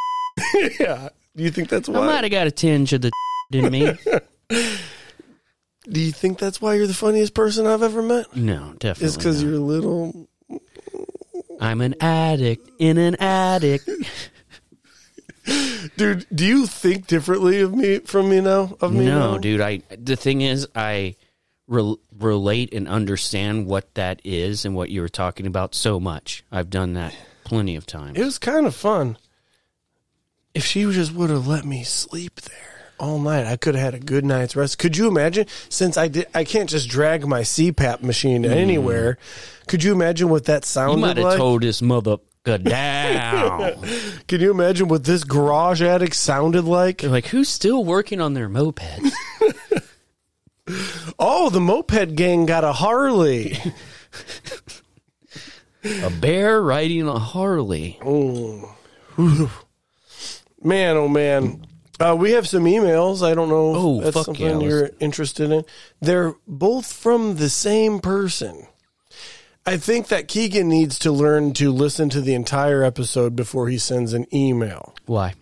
[SPEAKER 2] yeah. Do you think that's
[SPEAKER 1] I
[SPEAKER 2] why?
[SPEAKER 1] might have got a tinge of the in me.
[SPEAKER 2] do you think that's why you're the funniest person I've ever met?
[SPEAKER 1] No, definitely.
[SPEAKER 2] Is because
[SPEAKER 1] not.
[SPEAKER 2] you're a little.
[SPEAKER 1] I'm an addict in an addict.
[SPEAKER 2] Dude, do you think differently of me from me now? Of me
[SPEAKER 1] no,
[SPEAKER 2] now?
[SPEAKER 1] dude. I the thing is, I rel relate and understand what that is and what you were talking about so much. I've done that plenty of times.
[SPEAKER 2] It was kind of fun. If she just would have let me sleep there all night, I could have had a good night's rest. Could you imagine? Since I did, I can't just drag my CPAP machine anywhere. Could you imagine what that
[SPEAKER 1] you
[SPEAKER 2] sounded
[SPEAKER 1] might have
[SPEAKER 2] like?
[SPEAKER 1] told this mother "Go down.
[SPEAKER 2] Can you imagine what this garage attic sounded like?
[SPEAKER 1] They're like, who's still working on their mopeds?
[SPEAKER 2] Oh, the moped gang got a Harley.
[SPEAKER 1] a bear riding a Harley.
[SPEAKER 2] Man, oh man. Uh, we have some emails. I don't know if
[SPEAKER 1] Oh,
[SPEAKER 2] that's
[SPEAKER 1] fuck
[SPEAKER 2] something
[SPEAKER 1] yeah, let's-
[SPEAKER 2] you're interested in. They're both from the same person. I think that Keegan needs to learn to listen to the entire episode before he sends an email.
[SPEAKER 1] Why?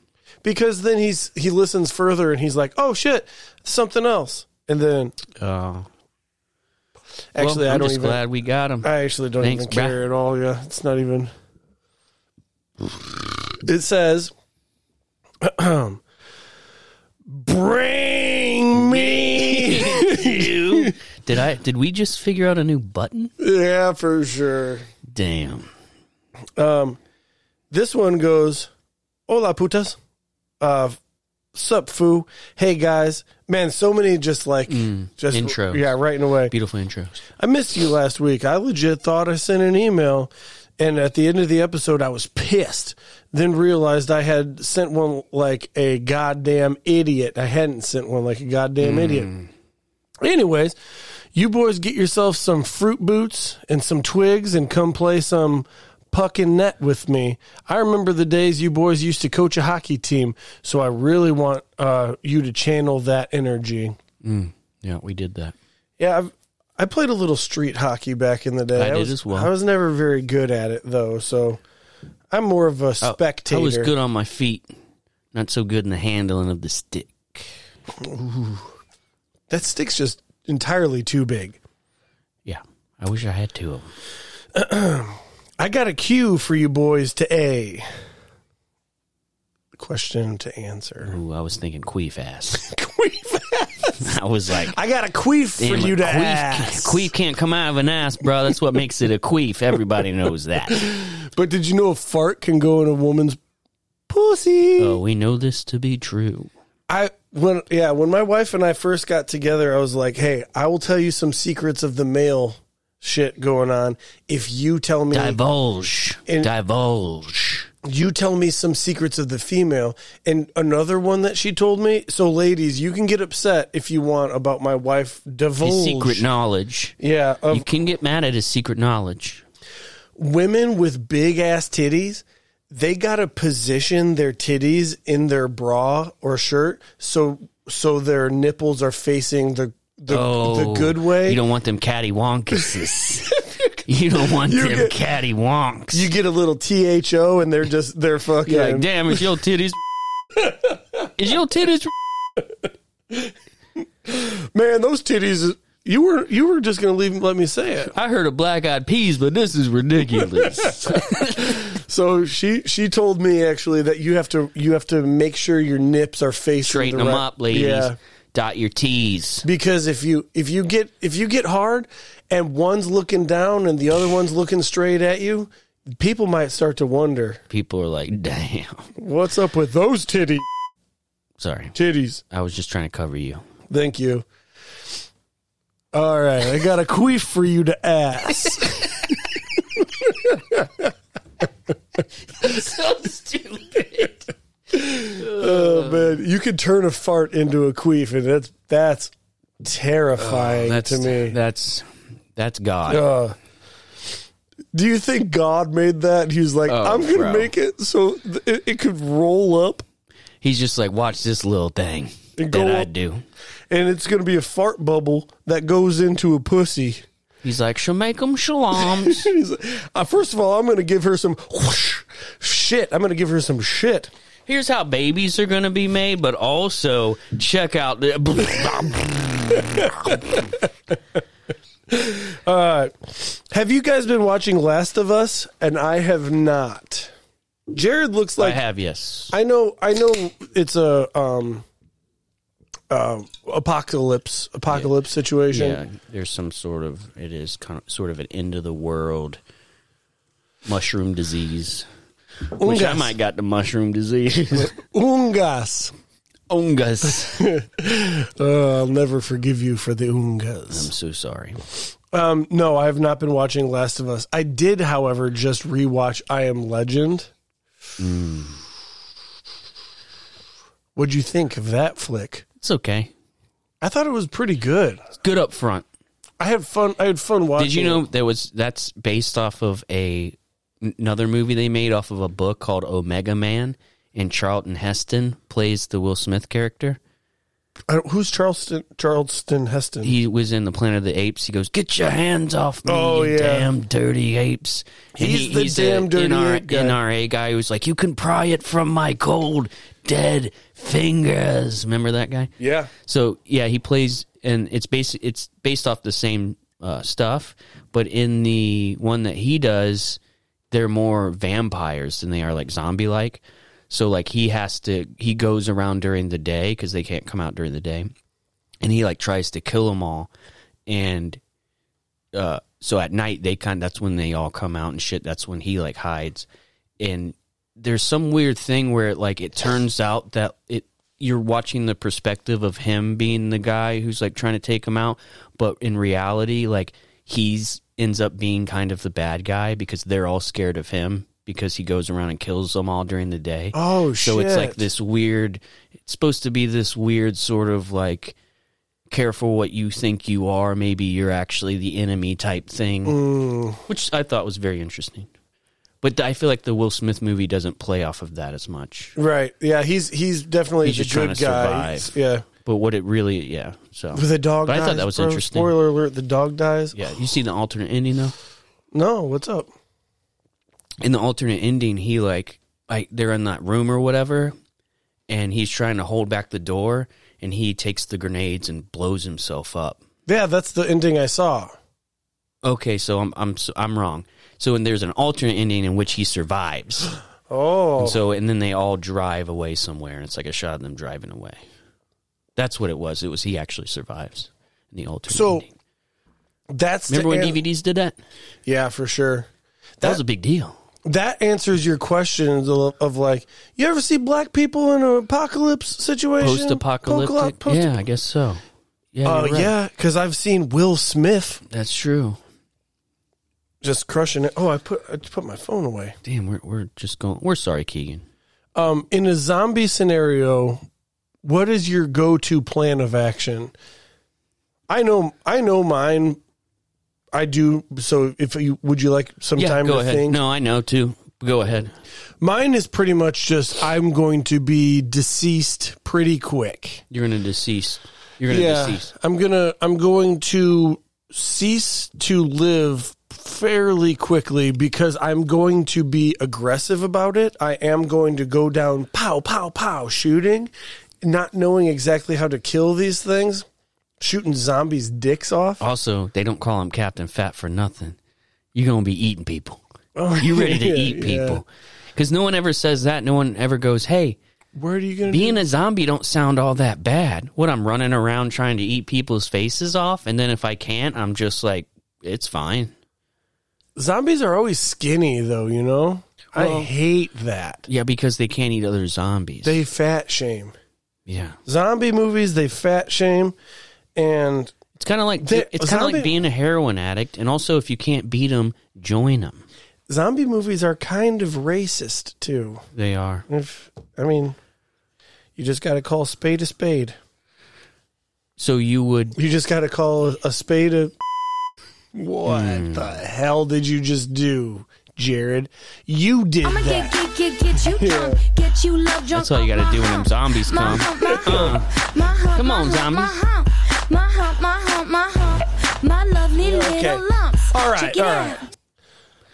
[SPEAKER 2] Because then he's he listens further and he's like, "Oh shit, something else." And then
[SPEAKER 1] Oh,
[SPEAKER 2] actually
[SPEAKER 1] well,
[SPEAKER 2] I
[SPEAKER 1] I'm
[SPEAKER 2] don't
[SPEAKER 1] just
[SPEAKER 2] even
[SPEAKER 1] glad we got him.
[SPEAKER 2] I actually don't
[SPEAKER 1] Thanks,
[SPEAKER 2] even care at all. Yeah, it's not even. It says, "Bring me."
[SPEAKER 1] you. Did I? Did we just figure out a new button?
[SPEAKER 2] yeah, for sure.
[SPEAKER 1] Damn.
[SPEAKER 2] This one goes, "Hola putas, uh, sup foo, hey guys, man." So many just like just
[SPEAKER 1] Mm, intros.
[SPEAKER 2] yeah, right in a way.
[SPEAKER 1] Beautiful intros.
[SPEAKER 2] I missed you last week. I legit thought I sent an email, and at the end of the episode, I was pissed. Then realized I had sent one like a goddamn idiot. I hadn't sent one like a goddamn idiot. Anyways, you boys get yourself some fruit boots and some twigs and come play some puck and net with me. I remember the days you boys used to coach a hockey team, so I really want uh, you to channel that energy.
[SPEAKER 1] Yeah, we did that.
[SPEAKER 2] Yeah, I've, I played a little street hockey back in the day.
[SPEAKER 1] I did
[SPEAKER 2] was,
[SPEAKER 1] as well.
[SPEAKER 2] I was never very good at it though, so I'm more of a spectator.
[SPEAKER 1] Oh, I was good on my feet, not so good in the handling of the stick.
[SPEAKER 2] That stick's just entirely too big.
[SPEAKER 1] Yeah, I wish I had two of them.
[SPEAKER 2] I got a cue for you boys to a question to answer.
[SPEAKER 1] Ooh, I was thinking queef ass.
[SPEAKER 2] Queef.
[SPEAKER 1] I was like,
[SPEAKER 2] I got a queef
[SPEAKER 1] damn
[SPEAKER 2] for
[SPEAKER 1] it,
[SPEAKER 2] you to
[SPEAKER 1] queef,
[SPEAKER 2] ask.
[SPEAKER 1] Can't, queef can't come out of an ass, bro. That's what makes it a queef. Everybody knows that.
[SPEAKER 2] But did you know a fart can go in a woman's pussy?
[SPEAKER 1] Oh, we know this to be true.
[SPEAKER 2] I when yeah, when my wife and I first got together, I was like, "Hey, I will tell you some secrets of the male shit going on if you tell me
[SPEAKER 1] Divulge,
[SPEAKER 2] And-
[SPEAKER 1] divulge.
[SPEAKER 2] you tell me some secrets of the female." And another one that she told me, so ladies, you can get upset if you want about my wife
[SPEAKER 1] His
[SPEAKER 2] divulge.
[SPEAKER 1] secret knowledge.
[SPEAKER 2] Yeah, of
[SPEAKER 1] You can get mad at his secret knowledge.
[SPEAKER 2] women with big ass titties, they gotta position their titties in their bra or shirt so so their nipples are facing the the,
[SPEAKER 1] Oh,
[SPEAKER 2] the good way.
[SPEAKER 1] You don't want them cattywonkuses. you don't want them
[SPEAKER 2] get-
[SPEAKER 1] cattywonks.
[SPEAKER 2] you get a little tho and they're just they're fucking
[SPEAKER 1] You're like, damn, is your titties? is your titties?
[SPEAKER 2] man those titties you were you were just gonna leave let me say it
[SPEAKER 1] I heard of black eyed peas, but this is ridiculous.
[SPEAKER 2] so she she told me actually that you have to you have to make sure your nips are facing
[SPEAKER 1] Straighten
[SPEAKER 2] the
[SPEAKER 1] them
[SPEAKER 2] right-
[SPEAKER 1] up, ladies.
[SPEAKER 2] yeah
[SPEAKER 1] Dot your T's.
[SPEAKER 2] because if you if you get if you get hard and one's looking down and the other one's looking straight at you, people might start to wonder
[SPEAKER 1] People are like, damn.
[SPEAKER 2] what's up with those titty
[SPEAKER 1] Sorry.
[SPEAKER 2] titties.
[SPEAKER 1] I was just trying to cover you.
[SPEAKER 2] Thank you. All right, I got a queef for you to ass.
[SPEAKER 1] so stupid.
[SPEAKER 2] oh man, you could turn a fart into a queef, and that's that's terrifying
[SPEAKER 1] That's
[SPEAKER 2] to me.
[SPEAKER 1] That's that's God.
[SPEAKER 2] Uh, do you think God made that? He was like,
[SPEAKER 1] Oh,
[SPEAKER 2] I'm going
[SPEAKER 1] bro.
[SPEAKER 2] to make it so th- it, it could roll up
[SPEAKER 1] He's just like, watch this little thing that
[SPEAKER 2] And go
[SPEAKER 1] I
[SPEAKER 2] up.
[SPEAKER 1] do.
[SPEAKER 2] and it's going to be a fart bubble that goes into a pussy.
[SPEAKER 1] He's like, she'll make them shaloms.
[SPEAKER 2] He's like, "Uh, first of all, I'm going to give her some whoosh, shit. I'm going to give her some shit.
[SPEAKER 1] Here's how babies are going to be made, but also check out the.
[SPEAKER 2] Uh, have you guys been watching Last of Us? And I have not. Jared looks
[SPEAKER 1] I
[SPEAKER 2] like
[SPEAKER 1] have, yes.
[SPEAKER 2] I know I know it's a um uh, apocalypse apocalypse situation.
[SPEAKER 1] Yeah, there's some sort of, it is kind of, sort of an end of the world mushroom disease. Which I
[SPEAKER 2] Ungas.
[SPEAKER 1] might got the mushroom disease.
[SPEAKER 2] Ungas.
[SPEAKER 1] Ungus.
[SPEAKER 2] Uh, I'll never forgive you for the
[SPEAKER 1] I'm
[SPEAKER 2] ungas.
[SPEAKER 1] so sorry.
[SPEAKER 2] Um, no, I have not been watching Last of Us. I did, however, just rewatch I Am Legend.
[SPEAKER 1] Hmm.
[SPEAKER 2] What'd you think of that flick?
[SPEAKER 1] It's okay.
[SPEAKER 2] I thought it was pretty good.
[SPEAKER 1] It's good up front.
[SPEAKER 2] I had fun. I had fun watching.
[SPEAKER 1] Did you know
[SPEAKER 2] it.
[SPEAKER 1] there was that's based off of a another movie they made off of a book called Omega Man, and Charlton Heston plays the Will Smith character.
[SPEAKER 2] I don't- who's Charleston? Charleston Heston.
[SPEAKER 1] He was in the Planet of the Apes. He goes, "Get your hands off me,
[SPEAKER 2] Oh,
[SPEAKER 1] you
[SPEAKER 2] yeah.
[SPEAKER 1] damn dirty apes!" And
[SPEAKER 2] He's the damn
[SPEAKER 1] a
[SPEAKER 2] dirty
[SPEAKER 1] NR
[SPEAKER 2] ape guy.
[SPEAKER 1] NRA guy who's like, "You can pry it from my cold dead fingers." Remember that guy?
[SPEAKER 2] yeah,
[SPEAKER 1] So yeah, he plays, and it's based it's based off the same uh, stuff, but in the one that he does, they're more vampires than they are like zombie like. So like he has to he goes around during the day because they can't come out during the day, and he like tries to kill them all, and uh, so at night they kind that's when they all come out and shit. That's when he like hides, and there's some weird thing where it, like it turns out that it you're watching the perspective of him being the guy who's like trying to take him out, but in reality, like he's ends up being kind of the bad guy because they're all scared of him because he goes around and kills them all during the day.
[SPEAKER 2] Oh,
[SPEAKER 1] So it's like
[SPEAKER 2] shit.
[SPEAKER 1] this weird. It's supposed to be this weird sort of like careful what you think you are. Maybe you're actually the enemy type thing, which I thought was very interesting. But I feel like the Will Smith movie doesn't play off of that as much.
[SPEAKER 2] right. Yeah, he's he's definitely
[SPEAKER 1] He's
[SPEAKER 2] the
[SPEAKER 1] just
[SPEAKER 2] good
[SPEAKER 1] trying to
[SPEAKER 2] guy.
[SPEAKER 1] survive.
[SPEAKER 2] Yeah,
[SPEAKER 1] But what it really, yeah. So
[SPEAKER 2] but the dog.
[SPEAKER 1] But I
[SPEAKER 2] dies,
[SPEAKER 1] thought that was
[SPEAKER 2] bro.
[SPEAKER 1] interesting.
[SPEAKER 2] Spoiler alert: the dog dies.
[SPEAKER 1] Yeah, you see the alternate ending though.
[SPEAKER 2] No, what's up?
[SPEAKER 1] In the alternate ending, he like, like they're in that room or whatever, and he's trying to hold back the door, and he takes the grenades and blows himself up.
[SPEAKER 2] Yeah, that's the ending I saw.
[SPEAKER 1] Okay, so I'm I'm so I'm wrong. So and there's an alternate ending in which he survives.
[SPEAKER 2] Oh,
[SPEAKER 1] And so and then they all drive away somewhere, and it's like a shot of them driving away. That's what it was. It was he actually survives in the alternate.
[SPEAKER 2] So
[SPEAKER 1] ending.
[SPEAKER 2] that's
[SPEAKER 1] remember
[SPEAKER 2] the
[SPEAKER 1] when
[SPEAKER 2] an-
[SPEAKER 1] DVDs did that? That,
[SPEAKER 2] Yeah, for sure.
[SPEAKER 1] was a big deal.
[SPEAKER 2] That answers your questions of, of like, you ever see black people in an apocalypse situation?
[SPEAKER 1] Post apocalyptic.
[SPEAKER 2] Poco- post-
[SPEAKER 1] yeah, I guess so. Yeah,
[SPEAKER 2] Oh
[SPEAKER 1] you're right.
[SPEAKER 2] yeah, because I've seen Will Smith
[SPEAKER 1] that's true.
[SPEAKER 2] just crushing it. Oh, I put I put my phone away.
[SPEAKER 1] Damn, we're we're just going. We're sorry, Keegan.
[SPEAKER 2] Um, in a zombie scenario, what is your go-to plan of action? I know, I know mine. I do. So, if you would you like some
[SPEAKER 1] Yeah,
[SPEAKER 2] time
[SPEAKER 1] go
[SPEAKER 2] to
[SPEAKER 1] ahead.
[SPEAKER 2] think?
[SPEAKER 1] No, I know too. Go ahead.
[SPEAKER 2] Mine is pretty much just I'm going to be deceased pretty quick.
[SPEAKER 1] You're gonna decease. You're gonna decease.
[SPEAKER 2] I'm gonna I'm going to cease to live fairly quickly because I'm going to be aggressive about it. I am going to go down pow pow pow shooting, not knowing exactly how to kill these things, shooting zombies' dicks off.
[SPEAKER 1] Also, they don't call him Captain Fat for nothing. You're gonna be eating people. you ready to
[SPEAKER 2] yeah,
[SPEAKER 1] eat
[SPEAKER 2] yeah.
[SPEAKER 1] people? Because no one ever says that. No one ever goes, "Hey,
[SPEAKER 2] Where are you going to
[SPEAKER 1] Being a zombie don't sound all that bad. What I'm running around trying to eat people's faces off, and then if I can't, I'm just like, it's fine.
[SPEAKER 2] Zombies are always skinny, though, you know?
[SPEAKER 1] Well-
[SPEAKER 2] I hate that.
[SPEAKER 1] Yeah, because they can't eat other zombies.
[SPEAKER 2] They fat shame.
[SPEAKER 1] yeah,
[SPEAKER 2] Zombie movies, they fat shame. And
[SPEAKER 1] it's kind of like
[SPEAKER 2] They-
[SPEAKER 1] it's kind of
[SPEAKER 2] zombie-
[SPEAKER 1] like being a heroin addict, and also if you can't beat them, join them.
[SPEAKER 2] zombie movies are kind of racist, too.
[SPEAKER 1] They are.
[SPEAKER 2] If I mean, you just got to call spade a spade.
[SPEAKER 1] So you would
[SPEAKER 2] You just got to call a, a spade a. What
[SPEAKER 1] Hmm.
[SPEAKER 2] the hell did you just do, Jared? You did
[SPEAKER 5] I'ma get,
[SPEAKER 2] that.
[SPEAKER 5] get, get, get you drunk, get you love drunk.
[SPEAKER 1] That's all you gotta
[SPEAKER 5] on my
[SPEAKER 1] do when them
[SPEAKER 5] hump.
[SPEAKER 1] zombies
[SPEAKER 5] My
[SPEAKER 1] come. Uh.
[SPEAKER 5] hump, my hump, my hump,
[SPEAKER 1] Come
[SPEAKER 5] my
[SPEAKER 1] on,
[SPEAKER 5] hump,
[SPEAKER 1] zombies.
[SPEAKER 5] My hump, my hump, my hump, my hump, my lovely
[SPEAKER 2] Okay.
[SPEAKER 5] little lumps.
[SPEAKER 2] All right,
[SPEAKER 5] Check it
[SPEAKER 2] all
[SPEAKER 5] out.
[SPEAKER 2] right.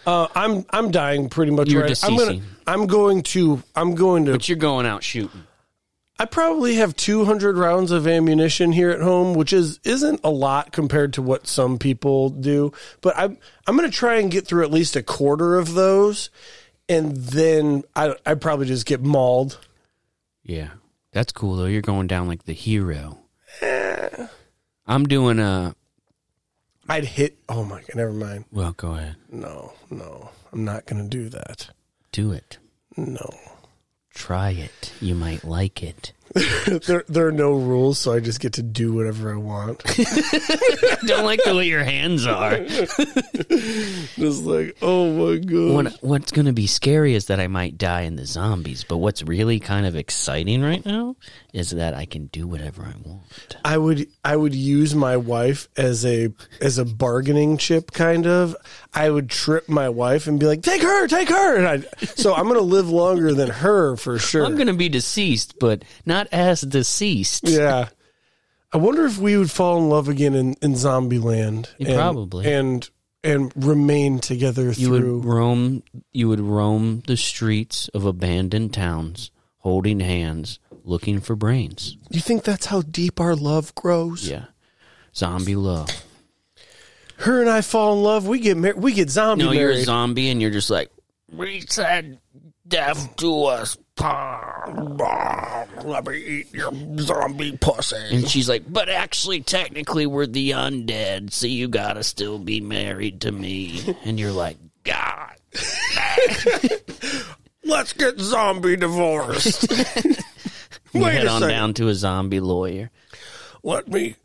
[SPEAKER 2] Uh, I'm I'm dying pretty much.
[SPEAKER 1] You're
[SPEAKER 2] right. I'm gonna.
[SPEAKER 1] deceasing.
[SPEAKER 2] I'm going to. I'm going to.
[SPEAKER 1] but you're going out shooting.
[SPEAKER 2] I probably have 200 rounds of ammunition here at home, which is isn't a lot compared to what some people do. But I'm I'm going to try and get through at least a quarter of those, and then I I probably just get mauled.
[SPEAKER 1] Yeah, that's cool though. You're going down like the hero. I'm doing a.
[SPEAKER 2] I'd hit. Oh my god! Never mind.
[SPEAKER 1] Well, go ahead,
[SPEAKER 2] No, no, I'm not going to do that.
[SPEAKER 1] do it.
[SPEAKER 2] No,
[SPEAKER 1] Try it. You might like it.
[SPEAKER 2] there there are no rules, so I just get to do whatever I want.
[SPEAKER 1] Don't like the way your hands are.
[SPEAKER 2] just like oh my god.
[SPEAKER 1] What, what's going to be scary is that I might die in the zombies, but what's really kind of exciting right now is that I can do whatever I want.
[SPEAKER 2] I would I would use my wife as a as a bargaining chip kind of. I would trip my wife and be like, "Take her, take her." And I so I'm going to live longer than her for sure.
[SPEAKER 1] I'm going to be deceased, but not as deceased.
[SPEAKER 2] yeah. I wonder if we would fall in love again in in Zombieland.
[SPEAKER 1] Yeah,
[SPEAKER 2] and-
[SPEAKER 1] probably.
[SPEAKER 2] And and remain together
[SPEAKER 1] You
[SPEAKER 2] through
[SPEAKER 1] would roam you would roam the streets of abandoned towns holding hands looking for brains.
[SPEAKER 2] You think that's how deep our love grows?
[SPEAKER 1] Yeah. Zombie love.
[SPEAKER 2] Her and I fall in love, we get married, we get zombie
[SPEAKER 1] No, you're a
[SPEAKER 2] married.
[SPEAKER 1] zombie and you're just like we said death to us.
[SPEAKER 2] Let me eat your zombie pussy.
[SPEAKER 1] And she's like, but actually, technically, we're the undead, so you gotta still be married to me. And you're like, God.
[SPEAKER 2] Let's get zombie divorced.
[SPEAKER 1] You
[SPEAKER 2] Wait
[SPEAKER 1] head
[SPEAKER 2] a
[SPEAKER 1] on
[SPEAKER 2] second.
[SPEAKER 1] down to a zombie lawyer.
[SPEAKER 2] let me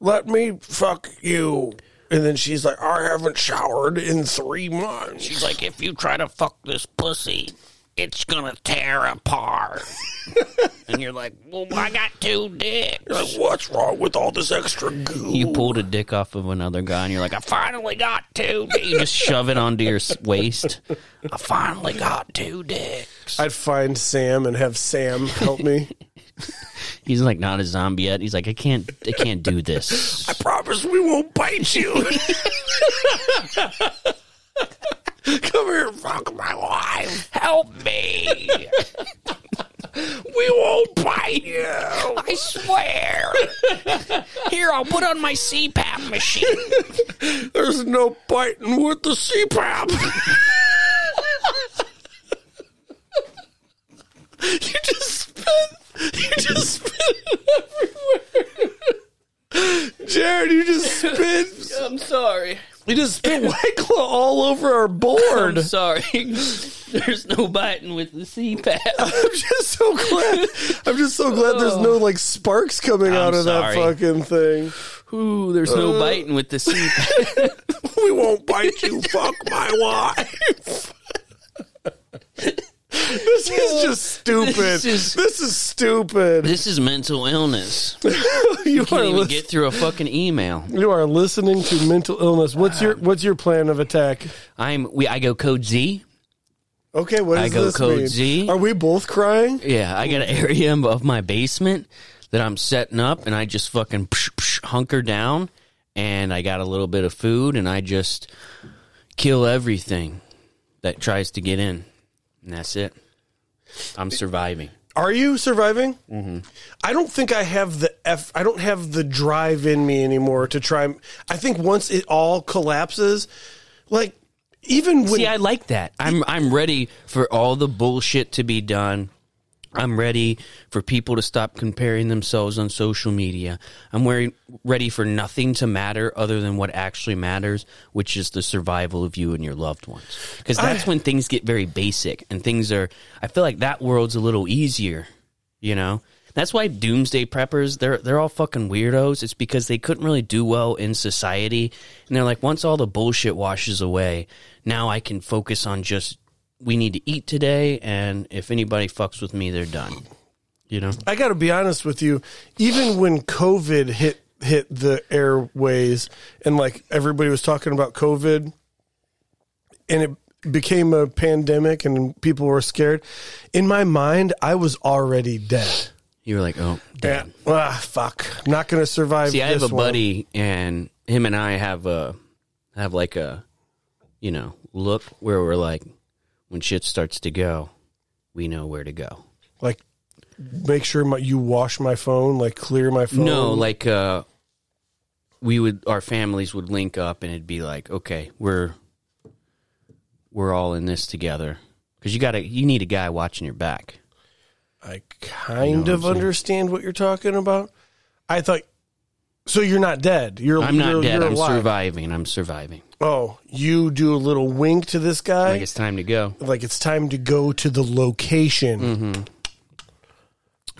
[SPEAKER 2] let me fuck you and then she's like i haven't showered in three months
[SPEAKER 3] She's like, if you try to fuck this pussy, it's gonna tear apart. and you're like, well, I got two dicks.
[SPEAKER 2] like what's wrong with all this extra goo
[SPEAKER 1] You pulled a dick off of another guy, and you're like, I
[SPEAKER 3] Finally got two dicks.
[SPEAKER 1] you just shove it onto your s- waist.
[SPEAKER 3] I finally got two dicks.
[SPEAKER 2] i'd find sam and have sam help me
[SPEAKER 1] He's like not a zombie yet. He's like, I can't, I can't do this.
[SPEAKER 2] promise we won't bite you come here fuck my wife
[SPEAKER 3] Help me.
[SPEAKER 2] we won't bite you
[SPEAKER 3] I swear. Here, I'll put on my CPAP machine.
[SPEAKER 2] there's no biting with the cpap you just spit. You just spit everywhere. Jared, you just spit.
[SPEAKER 3] I'm sorry.
[SPEAKER 2] You just spit White Claw all over our board. I'm
[SPEAKER 3] Sorry. There's no biting with the CPAP.
[SPEAKER 2] just so glad. I'm just so glad there's no like sparks coming out of that
[SPEAKER 1] sorry.
[SPEAKER 2] fucking thing.
[SPEAKER 1] Ooh, there's
[SPEAKER 3] Uh.
[SPEAKER 1] no biting with this.
[SPEAKER 2] We won't bite you. Fuck my wife. this is just stupid. This
[SPEAKER 1] This
[SPEAKER 2] is,
[SPEAKER 1] is-
[SPEAKER 2] stupid.
[SPEAKER 1] This is mental illness.
[SPEAKER 2] you are
[SPEAKER 1] Can't even
[SPEAKER 2] lis-
[SPEAKER 1] get through a fucking email.
[SPEAKER 2] you are listening to mental illness. What's your what's your plan of attack?
[SPEAKER 1] I'm we. I go code Z.
[SPEAKER 2] Okay, what
[SPEAKER 1] I
[SPEAKER 2] does
[SPEAKER 1] go
[SPEAKER 2] this
[SPEAKER 1] code
[SPEAKER 2] mean?
[SPEAKER 1] Z.
[SPEAKER 2] Are we both crying?
[SPEAKER 1] Yeah, I got an area of my basement that I'm setting up, and I just fucking psh, psh, hunker down, and I got a little bit of food, and I just kill everything that tries to get in, and that's it. I'm surviving.
[SPEAKER 2] Are you surviving?
[SPEAKER 1] Mm-hmm.
[SPEAKER 2] I don't think I have the f. I don't have the drive in me anymore to try. I think once it all collapses, like even when
[SPEAKER 1] See, I like that. I'm I'm ready for all the bullshit to be done. I'm ready for people to stop comparing themselves on social media. I'm wearing, ready for nothing to matter other than what actually matters, which is the survival of you and your loved ones. Because that's when things get very basic and things are. I feel like that world's a little easier, you know. That's why doomsday preppers they're they're all fucking weirdos. It's because they couldn't really do well in society, and they're like, once all the bullshit washes away, now I can focus on just we need to eat today, and if anybody fucks with me, they're done. You know?
[SPEAKER 2] I got to be honest with you. Even when COVID hit hit the airways, and like everybody was talking about COVID, and it became a pandemic, and people were scared. In my mind, I was already dead.
[SPEAKER 1] You were like, oh,
[SPEAKER 2] Yeah. Ah, fuck. I'm not gonna survive.
[SPEAKER 1] See, I have a
[SPEAKER 2] this one.
[SPEAKER 1] buddy, and him and I have a have like a you know look where we're like, when shit starts to go, we know where to go.
[SPEAKER 2] Like, make sure my, you wash my phone. Like, clear my phone.
[SPEAKER 1] No, like uh, we would our families would link up, and it'd be like, okay, we're we're all in this together because you got to you need a guy watching your back.
[SPEAKER 2] I kind of understand what you're talking about. I thought. So you're not dead. You're.
[SPEAKER 1] I'm not
[SPEAKER 2] you're,
[SPEAKER 1] dead.
[SPEAKER 2] You're
[SPEAKER 1] I'm
[SPEAKER 2] alive.
[SPEAKER 1] surviving. I'm surviving.
[SPEAKER 2] Oh, you do a little wink to this guy,
[SPEAKER 1] Like it's time to go.
[SPEAKER 2] time to go to the location.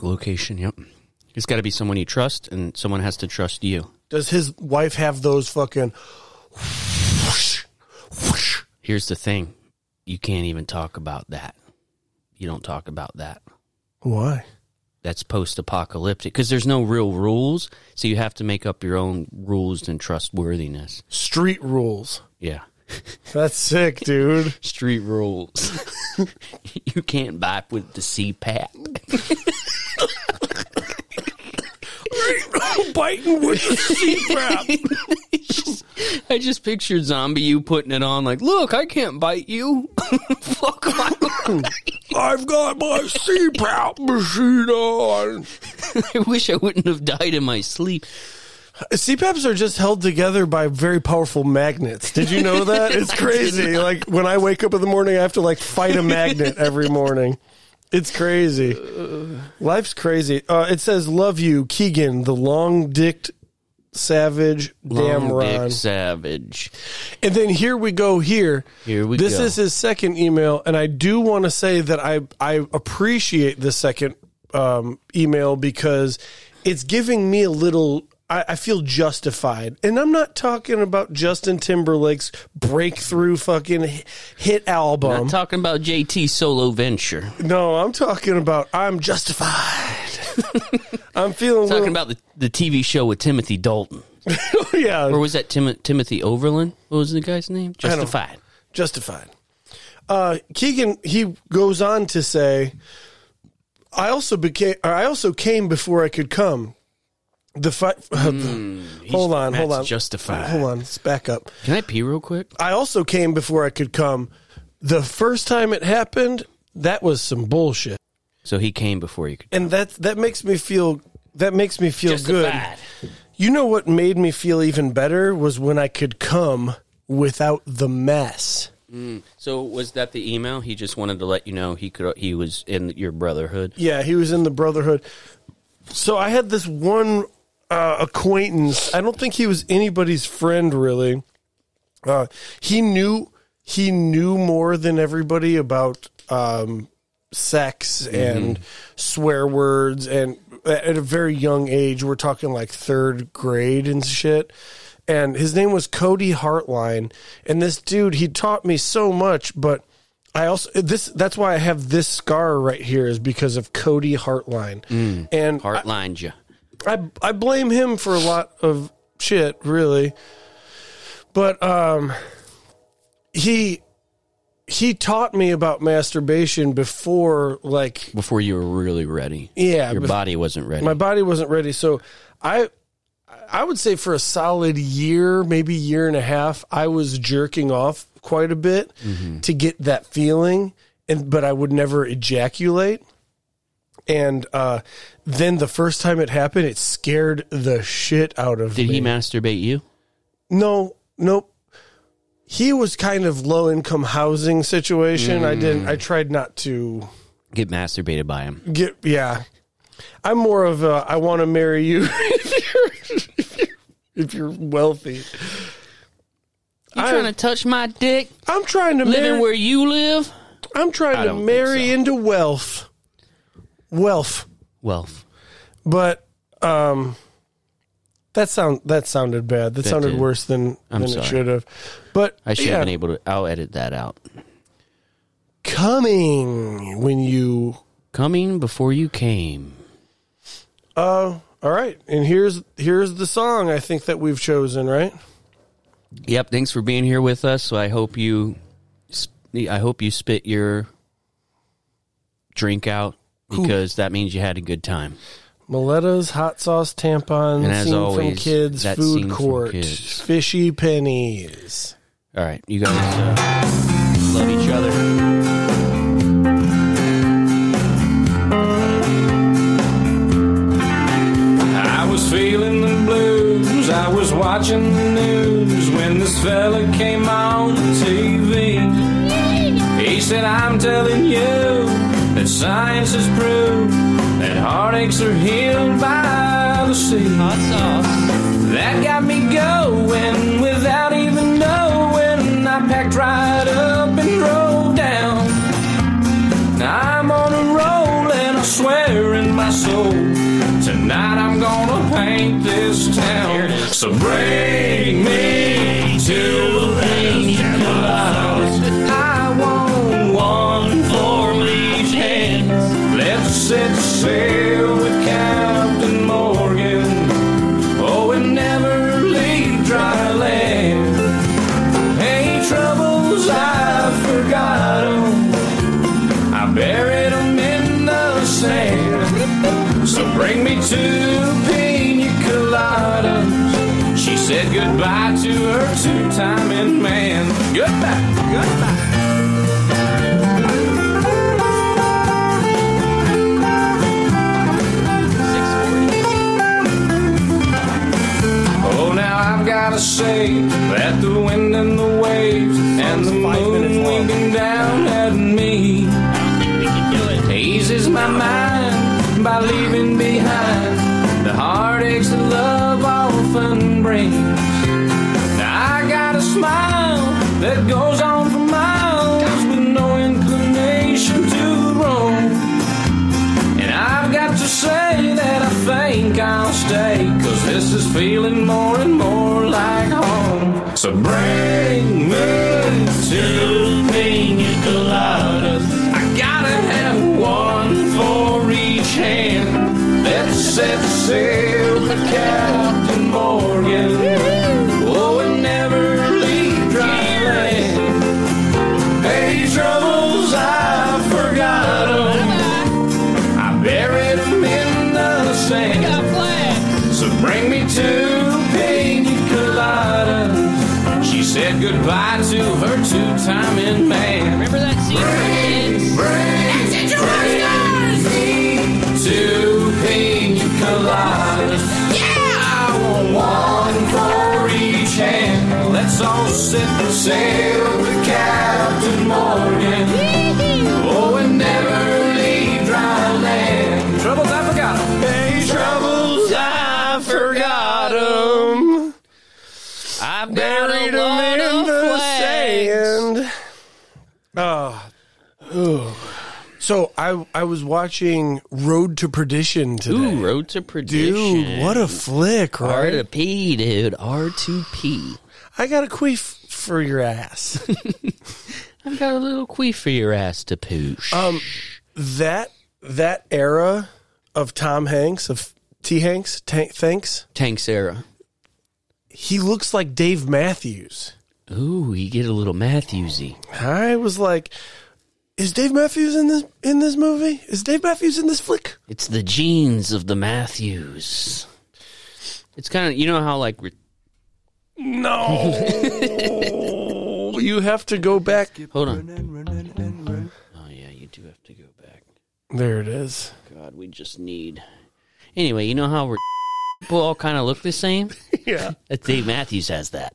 [SPEAKER 1] Location. Yep. It's got to be someone you trust, and someone has to trust you.
[SPEAKER 2] Does his wife have those fucking?
[SPEAKER 1] Here's the thing you can't even talk about that. You don't talk about that.
[SPEAKER 2] Why?
[SPEAKER 1] That's post apocalyptic because there's no real rules. So you have to make up your own rules and trustworthiness.
[SPEAKER 2] Street rules.
[SPEAKER 1] Yeah.
[SPEAKER 2] That's sick, dude.
[SPEAKER 1] Street rules. you can't bop with the CPAP.
[SPEAKER 2] Biting with the seat wrap.
[SPEAKER 1] I just pictured zombie you putting it on like, look, I can't bite you. Fuck my
[SPEAKER 2] I've got my CPAP machine on.
[SPEAKER 1] I wish I wouldn't have died in my sleep.
[SPEAKER 2] CPAPs E are just held together by very powerful magnets. Did you know that? It's crazy. Like when I wake up in the morning, I have to like fight a magnet every morning. It's crazy. Life's crazy. Uh, it says, "Love you, Keegan, the long-dicked savage, damn
[SPEAKER 1] Long
[SPEAKER 2] Ron."
[SPEAKER 1] Dick Savage.
[SPEAKER 2] And then here we go. Here,
[SPEAKER 1] Here we
[SPEAKER 2] this
[SPEAKER 1] go.
[SPEAKER 2] is his second email, and I do want to say that I I appreciate the second um, email because it's giving me a little. I, I feel justified, and I'm not talking about Justin Timberlake's breakthrough fucking hi- hit
[SPEAKER 1] I'm
[SPEAKER 2] album.
[SPEAKER 1] talking about JT solo venture.
[SPEAKER 2] no, I'm talking about I'm justified. I'm feeling
[SPEAKER 1] talking
[SPEAKER 2] a little,
[SPEAKER 1] about the, the TV show with Timothy Dalton.
[SPEAKER 2] yeah,
[SPEAKER 1] Or was that Tim, Timothy Overland? What was the guy's name?
[SPEAKER 2] don't-
[SPEAKER 1] Justified.
[SPEAKER 2] justified. Uh, Keegan he goes on to say, "I also became. or I also came before I could come." The fight. hold
[SPEAKER 1] Hmm,
[SPEAKER 2] on, hold
[SPEAKER 1] that's
[SPEAKER 2] on.
[SPEAKER 1] justified.
[SPEAKER 2] Hold on. Let's back up.
[SPEAKER 1] Can I pee real quick?
[SPEAKER 2] I also came before I could come. The first time it happened, that was some bullshit,
[SPEAKER 1] So he came before you could.
[SPEAKER 2] and that that makes me feel. That makes me feel good.
[SPEAKER 1] Justified.
[SPEAKER 2] You know what made me feel even better was when I could come without the mess.
[SPEAKER 1] So was that the email? He just wanted to let you know he could. He was in your brotherhood.
[SPEAKER 2] Yeah, he was in the Brotherhood. So I had this one uh, acquaintance. I don't think he was anybody's friend really. Uh, he knew he knew more than everybody about um, sex and swear words, and uh, at a very young age, we're talking like third grade and shit. And his name was Cody Hartline, and this dude he taught me so much, but. I also this that's why I have this scar right here is because of Cody Hartline. And
[SPEAKER 1] Heartlined you.
[SPEAKER 2] I I blame him for a lot of shit, really. But um he he taught me about masturbation before like
[SPEAKER 1] before you were really ready.
[SPEAKER 2] Yeah,
[SPEAKER 1] your
[SPEAKER 2] bef-
[SPEAKER 1] body wasn't ready.
[SPEAKER 2] my body wasn't ready. So I I would say for a solid year, maybe year and a half, I was jerking off quite a bit
[SPEAKER 1] Mm-hmm.
[SPEAKER 2] to get that feeling and but I would never ejaculate. And uh, then the first time it happened, it scared the shit out of
[SPEAKER 1] Did
[SPEAKER 2] me.
[SPEAKER 1] he masturbate you?
[SPEAKER 2] No, nope.
[SPEAKER 1] Mm.
[SPEAKER 2] He was kind of low income housing situation. I didn't. I tried not to
[SPEAKER 1] Get masturbated by him.
[SPEAKER 2] Get yeah. I'm more of a I want to marry you if you're, if you're wealthy.
[SPEAKER 1] You
[SPEAKER 2] I-
[SPEAKER 1] trying to touch my dick?
[SPEAKER 2] I'm trying to
[SPEAKER 1] Living
[SPEAKER 2] marry.
[SPEAKER 1] where you live?
[SPEAKER 2] I'm
[SPEAKER 1] I
[SPEAKER 2] trying to
[SPEAKER 1] don't think
[SPEAKER 2] marry
[SPEAKER 1] so.
[SPEAKER 2] into wealth. Wealth,
[SPEAKER 1] Wealth.
[SPEAKER 2] but um, that sound that sounded bad. That,
[SPEAKER 1] That
[SPEAKER 2] sounded
[SPEAKER 1] did.
[SPEAKER 2] worse than
[SPEAKER 1] I'm
[SPEAKER 2] than
[SPEAKER 1] sorry.
[SPEAKER 2] it should have. But
[SPEAKER 1] I should
[SPEAKER 2] yeah.
[SPEAKER 1] have been able to. I'll edit that out.
[SPEAKER 2] coming when you
[SPEAKER 1] Coming before you came.
[SPEAKER 2] uh all right and here's here's the song i think that we've chosen right
[SPEAKER 1] Yep. Thanks for being here with us. So I hope you, sp- I hope you spit your drink out because that means you had a good time.
[SPEAKER 2] Miletta's hot sauce tampon
[SPEAKER 1] And as
[SPEAKER 2] scene from
[SPEAKER 1] always,
[SPEAKER 2] kids
[SPEAKER 1] that scene
[SPEAKER 2] food
[SPEAKER 1] from
[SPEAKER 2] court
[SPEAKER 1] Kids.
[SPEAKER 2] fishy pennies
[SPEAKER 1] All right, you guys uh, love each other.
[SPEAKER 6] I was feeling the blues. I was watching the news when this fella came on the TV. He said, I'm telling you that science has proved that heartaches are healed by the sea. That got me going without even knowing. I packed right up and drove down. Now I'm on a roll and I swear in my soul. Tonight I'm gonna paint this town. So bring me to the painting clouds. I want one for each hand. Let's set sail with Captain Morgan. Oh, and never leave dry land. Any troubles I've forgotten. I buried 'em in the sand. So bring me two pina coladas. She said goodbye to her two-timing man. Goodbye, goodbye. Oh, now I've gotta say that the wind and the waves and the moon winking down at me eases my mind by leaving behind the heartaches that love often brings. Now I got a smile that goes on for miles with no inclination to roam. And I've got to say that I think I'll stay, cause this is feeling more and more like home. So bring me two pina coladas. I gotta have one for each hand. Let's set sail with Captain Morgan. Oh, and never leave dry land. Hey, troubles I've forgotten. I buried him in the sand. So bring me two pina coladas. She said goodbye to her two-timing man. Remember that scene bring, bring, bring me two pina coladas. I want one for each hand. Let's all sit and sail with Captain Morgan. Oh, and never leave dry land. Troubles I forgot. Hey, troubles I forgot 'em.
[SPEAKER 2] um
[SPEAKER 1] I've got
[SPEAKER 2] buried
[SPEAKER 1] a
[SPEAKER 2] 'em
[SPEAKER 1] lot
[SPEAKER 2] in
[SPEAKER 1] of
[SPEAKER 2] the
[SPEAKER 1] flags.
[SPEAKER 2] sand Ah. Ooh. so i i was watching road to perdition today
[SPEAKER 1] Ooh, road to perdition.
[SPEAKER 2] dude what a flick
[SPEAKER 1] R
[SPEAKER 2] right
[SPEAKER 1] to P, dude. R to P.
[SPEAKER 2] i got a queef for your ass
[SPEAKER 1] I've got a little queef for your ass to poosh.
[SPEAKER 2] Um, that that era of Tom Hanks of T Hanks Tank Thanks.
[SPEAKER 1] Tank Sarah.
[SPEAKER 2] He looks like Dave Matthews.
[SPEAKER 1] Ooh, you get a little Matthewsy.
[SPEAKER 2] I was like, is Dave Matthews in this in this movie? Is Dave Matthews in this flick?
[SPEAKER 1] It's the genes of the Matthews. It's kind of you know how like re-
[SPEAKER 2] No. you have to go back.
[SPEAKER 1] hold on. Oh yeah, you do have to go back.
[SPEAKER 2] There it is.
[SPEAKER 1] God, we just need. Anyway, you know how we're people all kind of look the same.
[SPEAKER 2] Yeah.
[SPEAKER 1] That's Dave Matthews has that.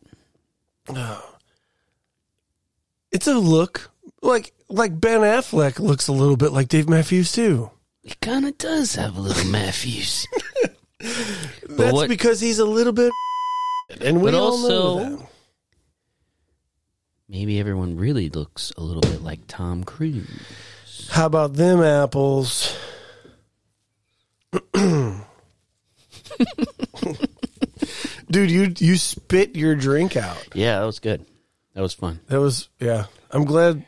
[SPEAKER 2] It's a look. Like like Ben Affleck looks a little bit like Dave Matthews too.
[SPEAKER 1] He kind of does have a little Matthews. but
[SPEAKER 2] That's
[SPEAKER 1] what,
[SPEAKER 2] because he's a little bit, and we
[SPEAKER 1] But
[SPEAKER 2] all
[SPEAKER 1] also-
[SPEAKER 2] know that.
[SPEAKER 1] maybe everyone really looks a little bit like Tom Cruise.
[SPEAKER 2] How about them apples? Dude, you you spit your drink out.
[SPEAKER 1] Yeah, that was good. That was fun.
[SPEAKER 2] That was yeah. I'm glad.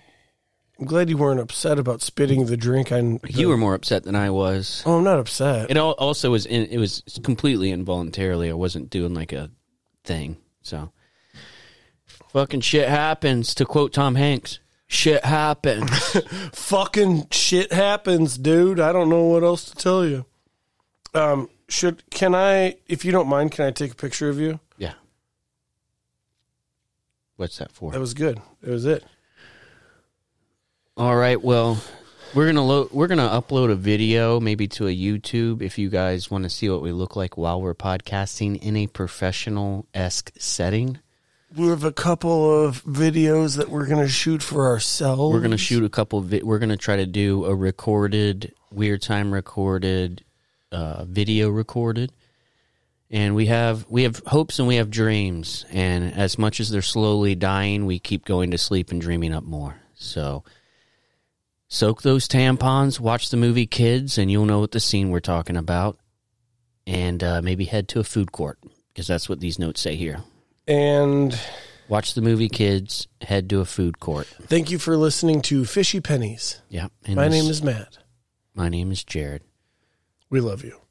[SPEAKER 2] I'm glad you weren't upset about spitting the drink. I
[SPEAKER 1] You were more upset than I was.
[SPEAKER 2] Oh, I'm not upset.
[SPEAKER 1] It al- also was in, it was completely involuntarily. I wasn't doing like a thing. So fucking shit happens. To quote Tom Hanks, shit happens.
[SPEAKER 2] Fucking shit happens, dude. I don't know what else to tell you. Um, should can I, if you don't mind, can I take a picture of you?
[SPEAKER 1] yeah. What's that for?
[SPEAKER 2] That was good. It was it.
[SPEAKER 1] All right. Well, we're gonna lo- we're gonna upload a video, maybe to a YouTube, if you guys want to see what we look like while we're podcasting in a professional esque setting.
[SPEAKER 2] We have a couple of videos that we're gonna shoot for ourselves.
[SPEAKER 1] We're gonna shoot a couple. Vi- we're gonna try to do a recorded, weird time recorded, uh, video recorded, and we have we have hopes and we have dreams. And as much as they're slowly dying, we keep going to sleep and dreaming up more. So soak those tampons, watch the movie Kids, and you'll know what the scene we're talking about. And uh, maybe head to a food court because that's what these notes say here.
[SPEAKER 2] And
[SPEAKER 1] Watch the movie Kids, head to a food court.
[SPEAKER 2] thank you for listening to Fishy Pennies.
[SPEAKER 1] Yeah. and
[SPEAKER 2] My
[SPEAKER 1] this-
[SPEAKER 2] name is Matt.
[SPEAKER 1] My name is Jared.
[SPEAKER 2] We love you.